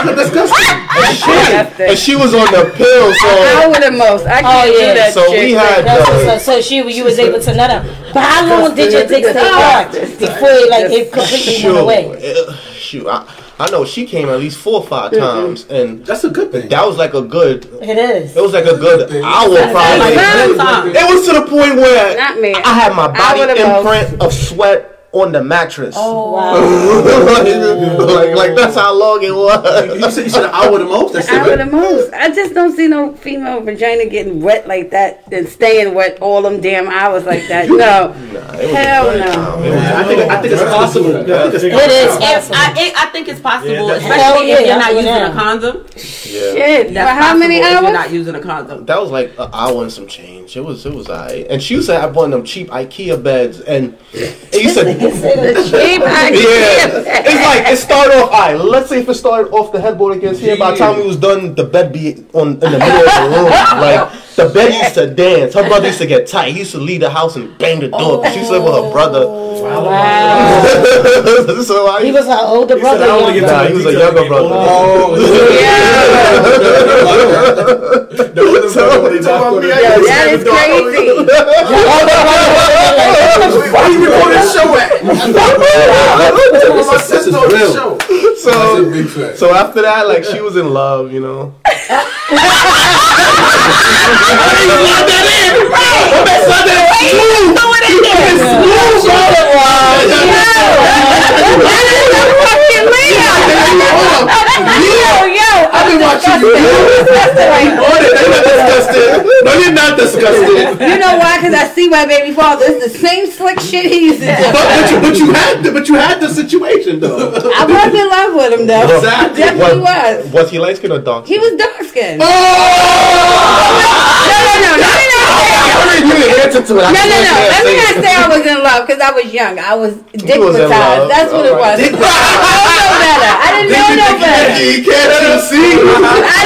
Speaker 2: and
Speaker 7: disgusting.
Speaker 2: she was on the pill,
Speaker 7: I
Speaker 2: so
Speaker 7: would have most. I
Speaker 6: yeah.
Speaker 7: can't do that
Speaker 2: so
Speaker 7: shit.
Speaker 2: we had
Speaker 6: That's
Speaker 2: the.
Speaker 6: so, so she, you was able to nut up. But how long did your dick stay
Speaker 2: Oh,
Speaker 6: hard before it, like it completely
Speaker 2: Shoot,
Speaker 6: went away?
Speaker 2: uh, shoot, I, I know she came at least four or five times, and
Speaker 8: That's a good thing.
Speaker 2: that was like a good. It
Speaker 6: It is.
Speaker 2: was like a good hour, probably.
Speaker 4: Time.
Speaker 2: It was to the point where
Speaker 7: Not me.
Speaker 2: I had my body
Speaker 7: would've Oh.
Speaker 2: imprint of sweat on the mattress.
Speaker 6: Wow.
Speaker 2: like, like that's how long it was.
Speaker 8: You said you said an hour the most. That's
Speaker 7: I
Speaker 8: it.
Speaker 7: would have most. I just don't see no female vagina getting wet like that and staying wet all them damn hours like that. No. Hell no.
Speaker 8: I think I think it's possible. I think it's
Speaker 6: It is.
Speaker 4: If
Speaker 6: possible.
Speaker 4: I, it, I think it's possible,
Speaker 10: Yeah,
Speaker 4: especially
Speaker 6: Hell
Speaker 4: if
Speaker 6: yeah,
Speaker 4: you're not
Speaker 6: I'm
Speaker 4: using
Speaker 6: down.
Speaker 4: a condom.
Speaker 7: Shit. For
Speaker 4: That's
Speaker 7: how many
Speaker 4: possible if You're
Speaker 7: hours?
Speaker 4: not using a condom.
Speaker 2: That was like an hour and some change. It was it was alright. And she used to have one of them cheap IKEA beds, and it used to.
Speaker 7: Cheap
Speaker 2: Yeah,
Speaker 7: idea.
Speaker 2: it's like it started off. All right, let's say if it started off the headboard against here. By the time we was done, the bed be on in the middle of the room. Like the bed used to dance. Her brother used to get tight. He used to leave the house and bang the door. 'cause She used to live with her brother.
Speaker 6: Wow.
Speaker 2: so I
Speaker 6: He was her older brother.
Speaker 10: I only
Speaker 6: younger.
Speaker 10: get
Speaker 2: Nah, he was a younger brother.
Speaker 8: Oh,
Speaker 7: That is crazy.
Speaker 10: Why you recording this show at? My sister on this show.
Speaker 2: so, so, Um, so after that, like she was in love, you know.
Speaker 7: Yo, yo. I'm disgusted.
Speaker 2: No, you're not disgusted.
Speaker 7: You know why? Because I see my baby father. It's the same slick shit he used to do.
Speaker 8: But you, but you had the, but you had the situation though.
Speaker 7: I was in love with him though.
Speaker 8: Exactly.
Speaker 7: Definitely was.
Speaker 2: Was he light skinned or dark?
Speaker 7: He was dark skinned. Oh!
Speaker 8: Oh!
Speaker 7: No, no, no, no, no,
Speaker 2: I didn't even answer to it.
Speaker 7: no, no, no, no. Let me not say I was in love because I was young. I was
Speaker 2: was in love.
Speaker 7: dickmatized. That's what it was. I didn't know better. I didn't know no better.
Speaker 2: You can't let him see.
Speaker 7: I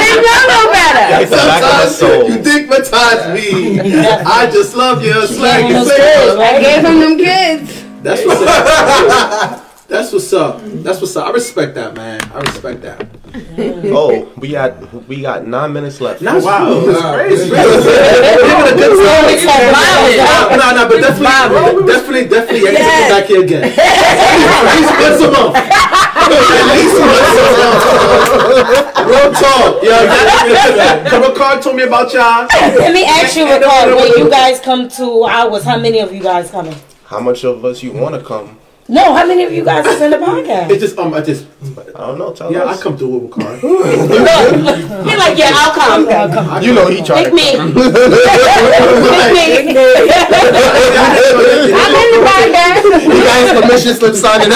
Speaker 7: didn't know no better.
Speaker 2: It's the lack of a soul.
Speaker 8: you digmatize me. I just love you. Slag
Speaker 6: Yeah,
Speaker 8: and
Speaker 6: that's good,
Speaker 8: slag.
Speaker 7: I
Speaker 6: right?
Speaker 7: gave him them kids.
Speaker 8: That's what's up. That's what's up. That's what's up. I respect that, man. I respect that.
Speaker 2: Oh, we got we got nine minutes left.
Speaker 8: Not wow, that's crazy.
Speaker 4: Violent.
Speaker 8: No, no, but definitely, definitely, definitely, I need to
Speaker 7: Yes.
Speaker 8: come back here again. At least once a month. At least once a month. Real talk. Yeah, come a card told me about y'all.
Speaker 6: Let me ask you, Ricard, when you guys come to ours, how many of you guys coming?
Speaker 2: How much of us you want to come?
Speaker 6: No, how many of you guys is in the podcast?
Speaker 8: It's just, um, I just,
Speaker 2: I don't know. Tell
Speaker 8: yeah, I
Speaker 2: us.
Speaker 8: come through with a
Speaker 4: He's like, yeah, I'll come.
Speaker 8: card.
Speaker 2: You know he tried.
Speaker 4: Pick me.
Speaker 6: Pick me.
Speaker 7: I'm in the podcast.
Speaker 2: You got his permission slip signing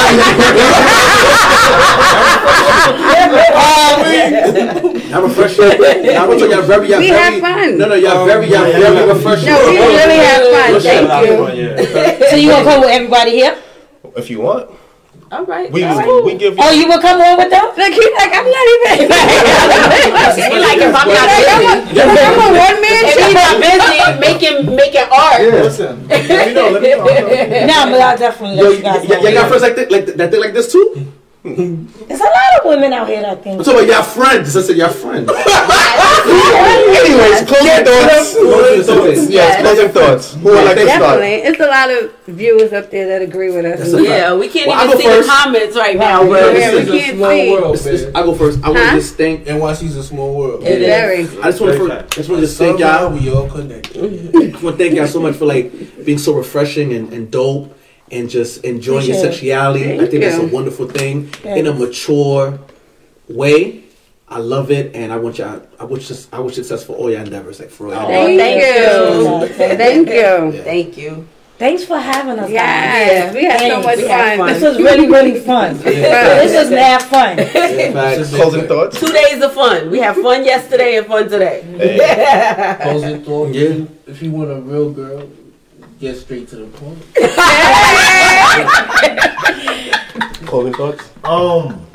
Speaker 8: I'm a fresh. I want y'all very, y'all
Speaker 7: We
Speaker 8: very.
Speaker 7: had fun.
Speaker 8: No, no, y'all very, y'all
Speaker 4: Oh,
Speaker 8: very refreshing.
Speaker 7: No, we really had fun. Thank you.
Speaker 6: So you gonna come with everybody here?
Speaker 2: if you want,
Speaker 4: All right.
Speaker 2: we
Speaker 4: all right.
Speaker 2: we give you.
Speaker 6: Oh, you will come on with them?
Speaker 7: Look, he's like, I'm not even.
Speaker 4: He like, if I'm not
Speaker 7: Like, I'm
Speaker 4: busy,
Speaker 7: a, I'm a one man
Speaker 4: if
Speaker 7: team.
Speaker 4: he's not busy making making art,
Speaker 8: Listen, let me know. Let me know.
Speaker 6: No, but I'll definitely
Speaker 8: Yo,
Speaker 6: let you
Speaker 8: you,
Speaker 6: guys
Speaker 8: y- y'all
Speaker 6: know.
Speaker 8: got friends like that, like that thing like this too?
Speaker 6: There's a lot of women out here that think.
Speaker 8: I'm talking about y'all friends. I said y'all friends.
Speaker 2: Anyways, closing thoughts. Yes, closing thoughts. Who would like to start?
Speaker 7: Definitely. It's a lot of viewers up there that agree with us.
Speaker 8: a-
Speaker 4: yeah, we can't
Speaker 8: Well, I
Speaker 4: even
Speaker 8: go
Speaker 4: see
Speaker 8: first.
Speaker 4: the comments right now.
Speaker 7: Yeah,
Speaker 4: But
Speaker 7: we
Speaker 2: This
Speaker 8: is a
Speaker 7: can't
Speaker 2: small
Speaker 7: see.
Speaker 2: world,
Speaker 8: I go first. I want
Speaker 7: Huh?
Speaker 8: to just thank.
Speaker 2: NYC's a small world.
Speaker 4: it is.
Speaker 7: Very.
Speaker 8: I just want to. Just want to just thank y'all.
Speaker 2: We all connected.
Speaker 8: I want to thank y'all so much for like being so refreshing and, and dope and just enjoying your
Speaker 6: Appreciate it.
Speaker 8: sexuality. I
Speaker 7: Thank
Speaker 8: think that's a
Speaker 7: you.
Speaker 8: wonderful thing in a mature way. I love it, and I want you. I, I wish sus- I wish success for all your endeavors, like for real.
Speaker 7: Thank,
Speaker 6: you.
Speaker 7: you. Thank you.
Speaker 4: Thank you.
Speaker 6: Thanks for having us. guys.
Speaker 7: Yeah, we had so
Speaker 6: Thanks.
Speaker 7: much
Speaker 6: We
Speaker 4: had
Speaker 7: fun.
Speaker 6: This was really, really fun. this was mad fun.
Speaker 8: Yeah, facts.
Speaker 2: Closing thoughts.
Speaker 4: Two days of fun. We had fun yesterday and fun today.
Speaker 3: Closing thought.
Speaker 8: Yeah.
Speaker 3: Yeah. If you want Oh, a real girl, get straight to the point.
Speaker 2: Closing thoughts.
Speaker 5: Um,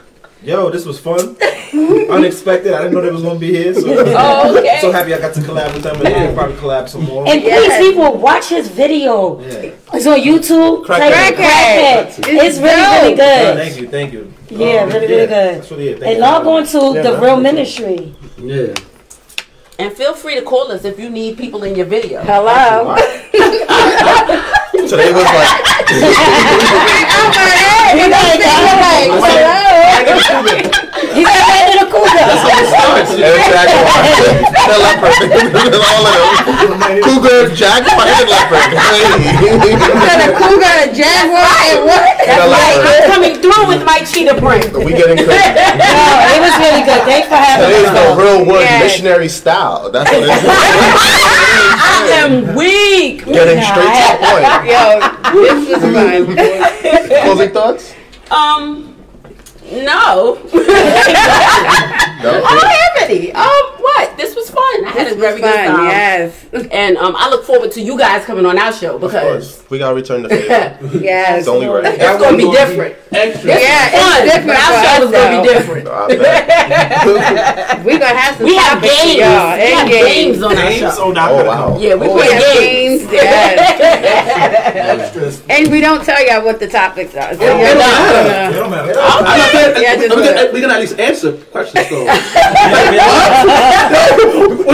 Speaker 5: yo, this was fun. Unexpected. I didn't know they was gonna be here. So,
Speaker 7: Oh, okay.
Speaker 5: so happy I got to collab with them, and they'll probably collab some more.
Speaker 6: And
Speaker 7: Yes.
Speaker 6: please, people, watch his video.
Speaker 5: yeah.
Speaker 6: It's on YouTube.
Speaker 5: Crack
Speaker 6: Type
Speaker 7: it.
Speaker 6: in Crackhead. It's really, really
Speaker 7: uh,
Speaker 5: Yeah,
Speaker 6: good.
Speaker 5: thank you, thank you.
Speaker 6: Yeah, really, really good.
Speaker 5: That's really it. Thank
Speaker 6: And
Speaker 5: you.
Speaker 6: log on to
Speaker 2: Yeah,
Speaker 6: The
Speaker 2: man.
Speaker 6: Real Ministry.
Speaker 8: Yeah.
Speaker 4: And feel free to call us if you need people in your video.
Speaker 7: Hello.
Speaker 2: Today was like
Speaker 6: He's like, hello. He's like, right to the cougar.
Speaker 2: Eric Jaguar, the leopard, all of them. Cougar, Jaguar, and leopard.
Speaker 7: Got a cougar, a jaguar, and what?
Speaker 2: And a leopard.
Speaker 4: I'm coming through with my cheetah print.
Speaker 2: We getting crazy.
Speaker 6: No, it was really good. Thanks for having
Speaker 2: That
Speaker 6: us.
Speaker 2: is the real word
Speaker 7: Yeah.
Speaker 2: missionary style. That's what it
Speaker 4: I am weak.
Speaker 2: is. Getting straight to the
Speaker 7: Yo, this was fun.
Speaker 2: point. Closing thoughts?
Speaker 4: Um, no. I
Speaker 2: No.
Speaker 4: don't have any. Um, what? This was fun. I had a
Speaker 7: This
Speaker 4: very
Speaker 7: was
Speaker 4: good
Speaker 7: fun.
Speaker 4: time.
Speaker 7: Yes.
Speaker 4: And um, I look forward to you guys coming on our show
Speaker 2: Of
Speaker 4: because
Speaker 2: course, we gotta return the favor.
Speaker 7: Yes.
Speaker 2: It's only right.
Speaker 4: it's gonna be different.
Speaker 7: Yeah,
Speaker 4: Fun.
Speaker 7: it's different.
Speaker 4: But our show is
Speaker 7: for us,
Speaker 4: gonna be
Speaker 7: though.
Speaker 4: different.
Speaker 2: I bet.
Speaker 7: We're gonna have some
Speaker 4: We have
Speaker 7: topics,
Speaker 4: games.
Speaker 7: y'all,
Speaker 4: we
Speaker 7: and
Speaker 4: have games on our
Speaker 5: Names
Speaker 4: show.
Speaker 5: on our
Speaker 2: Oh wow.
Speaker 4: Yeah, we
Speaker 2: Oh,
Speaker 4: play
Speaker 7: We have
Speaker 4: games.
Speaker 7: games, yes. and we don't tell y'all what the topics are. So
Speaker 8: Yeah,
Speaker 7: you're
Speaker 8: it don't
Speaker 7: not
Speaker 8: matter.
Speaker 5: It don't matter.
Speaker 7: gonna- Oh,
Speaker 8: I'm not saying-
Speaker 7: Yeah, just
Speaker 8: I'm
Speaker 7: do
Speaker 8: saying- we can at least answer questions though.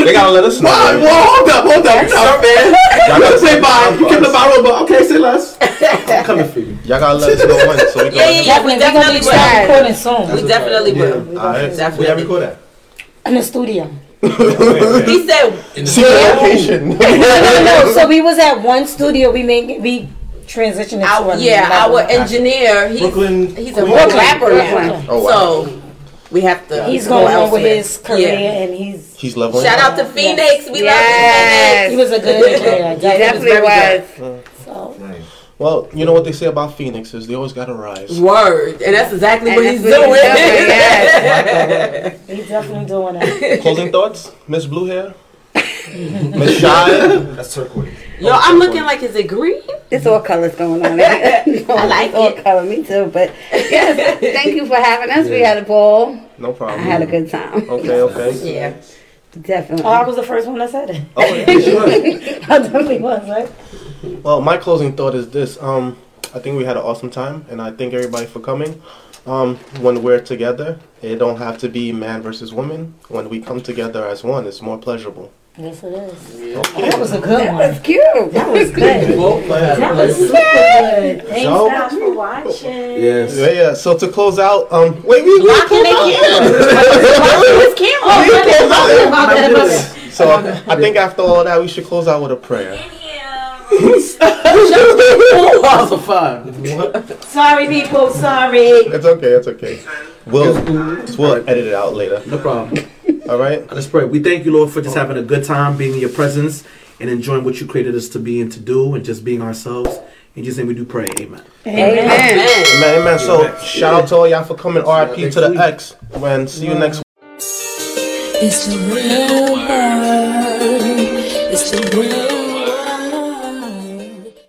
Speaker 2: They gotta let us know.
Speaker 8: Why? Well, hold up, hold up. Stop, man.
Speaker 2: Y'all
Speaker 8: I'm
Speaker 2: gotta
Speaker 8: gonna say
Speaker 2: send
Speaker 8: bye. You
Speaker 2: us-
Speaker 8: kept the bottle, but okay, say less. I'm coming for you.
Speaker 2: Y'all gotta let us know when, so we can.
Speaker 4: Yeah, yeah, yeah.
Speaker 6: Definitely,
Speaker 4: We
Speaker 6: we're gonna
Speaker 4: definitely
Speaker 6: be
Speaker 4: will.
Speaker 6: starting recording soon
Speaker 4: We definitely will. We
Speaker 2: All right.
Speaker 5: We
Speaker 4: Definitely.
Speaker 5: haven't caught that.
Speaker 6: in the studio.
Speaker 4: He said
Speaker 2: Secret location.
Speaker 6: No, no, no. So we was at one studio. We made we transitioned into
Speaker 4: our
Speaker 6: another.
Speaker 4: yeah, our engineer. He's
Speaker 5: Brooklyn.
Speaker 4: he's a rapper now,
Speaker 2: Oh, wow.
Speaker 4: so we have to.
Speaker 6: He's
Speaker 4: go
Speaker 6: going on with
Speaker 4: elsewhere.
Speaker 6: his career,
Speaker 4: Yeah.
Speaker 6: and he's
Speaker 2: He's leveling.
Speaker 4: Shout
Speaker 2: up.
Speaker 4: out to Phoenix. We
Speaker 7: Yes.
Speaker 6: he was a good engineer.
Speaker 7: It definitely was.
Speaker 6: So
Speaker 2: Well, you know what they say about Phoenix is they always gotta rise.
Speaker 4: love Phoenix. Word, and that's exactly
Speaker 7: And
Speaker 4: what he's
Speaker 7: that's what
Speaker 4: doing.
Speaker 7: he's doing, yes.
Speaker 6: he's definitely doing it.
Speaker 2: Closing thoughts, Miss Blue Hair, Miss Shy.
Speaker 5: That's turquoise.
Speaker 4: Yo, I'm looking like is it green?
Speaker 7: It's all colors going on. I
Speaker 4: like
Speaker 7: it's all
Speaker 4: it.
Speaker 7: color, me too. But yes, thank you for having us. We had a ball.
Speaker 2: No
Speaker 7: I
Speaker 2: problem.
Speaker 7: had a good time.
Speaker 2: Okay, okay.
Speaker 4: Yeah.
Speaker 7: Definitely.
Speaker 6: Oh, I was the first one that said it.
Speaker 2: Oh, yeah.
Speaker 6: I definitely was right.
Speaker 2: well, my closing thought is this. Um, I think we had an awesome time, and I thank everybody for coming. Um, when we're together, it don't have to be man versus woman. When we come together as one, it's more pleasurable.
Speaker 6: Yes, it is. That was a good one.
Speaker 7: That's cute. That was good.
Speaker 6: That was super good. Thanks
Speaker 2: So-
Speaker 6: guys for watching.
Speaker 8: Yes.
Speaker 2: Yeah, yeah. So to close out, um, wait, we, we
Speaker 4: Blocking
Speaker 2: close
Speaker 4: the
Speaker 2: out.
Speaker 4: camera.
Speaker 6: Oh,
Speaker 2: Yes. So I, I think after all that, we should close out with a prayer.
Speaker 8: That's a five.
Speaker 6: Sorry, people. Sorry.
Speaker 2: It's okay. It's okay. We'll we'll edit it out later.
Speaker 8: No problem.
Speaker 2: All right.
Speaker 8: Let's pray. We thank you, Lord, for just having a good time, being in your presence, and enjoying what you created us to be and to do, and just being ourselves. In Jesus' name, we do pray. Amen.
Speaker 7: Amen.
Speaker 2: Amen. Amen. So shout out to all y'all for coming. RIP to the X. When see you next.
Speaker 1: It's the real world. It's the real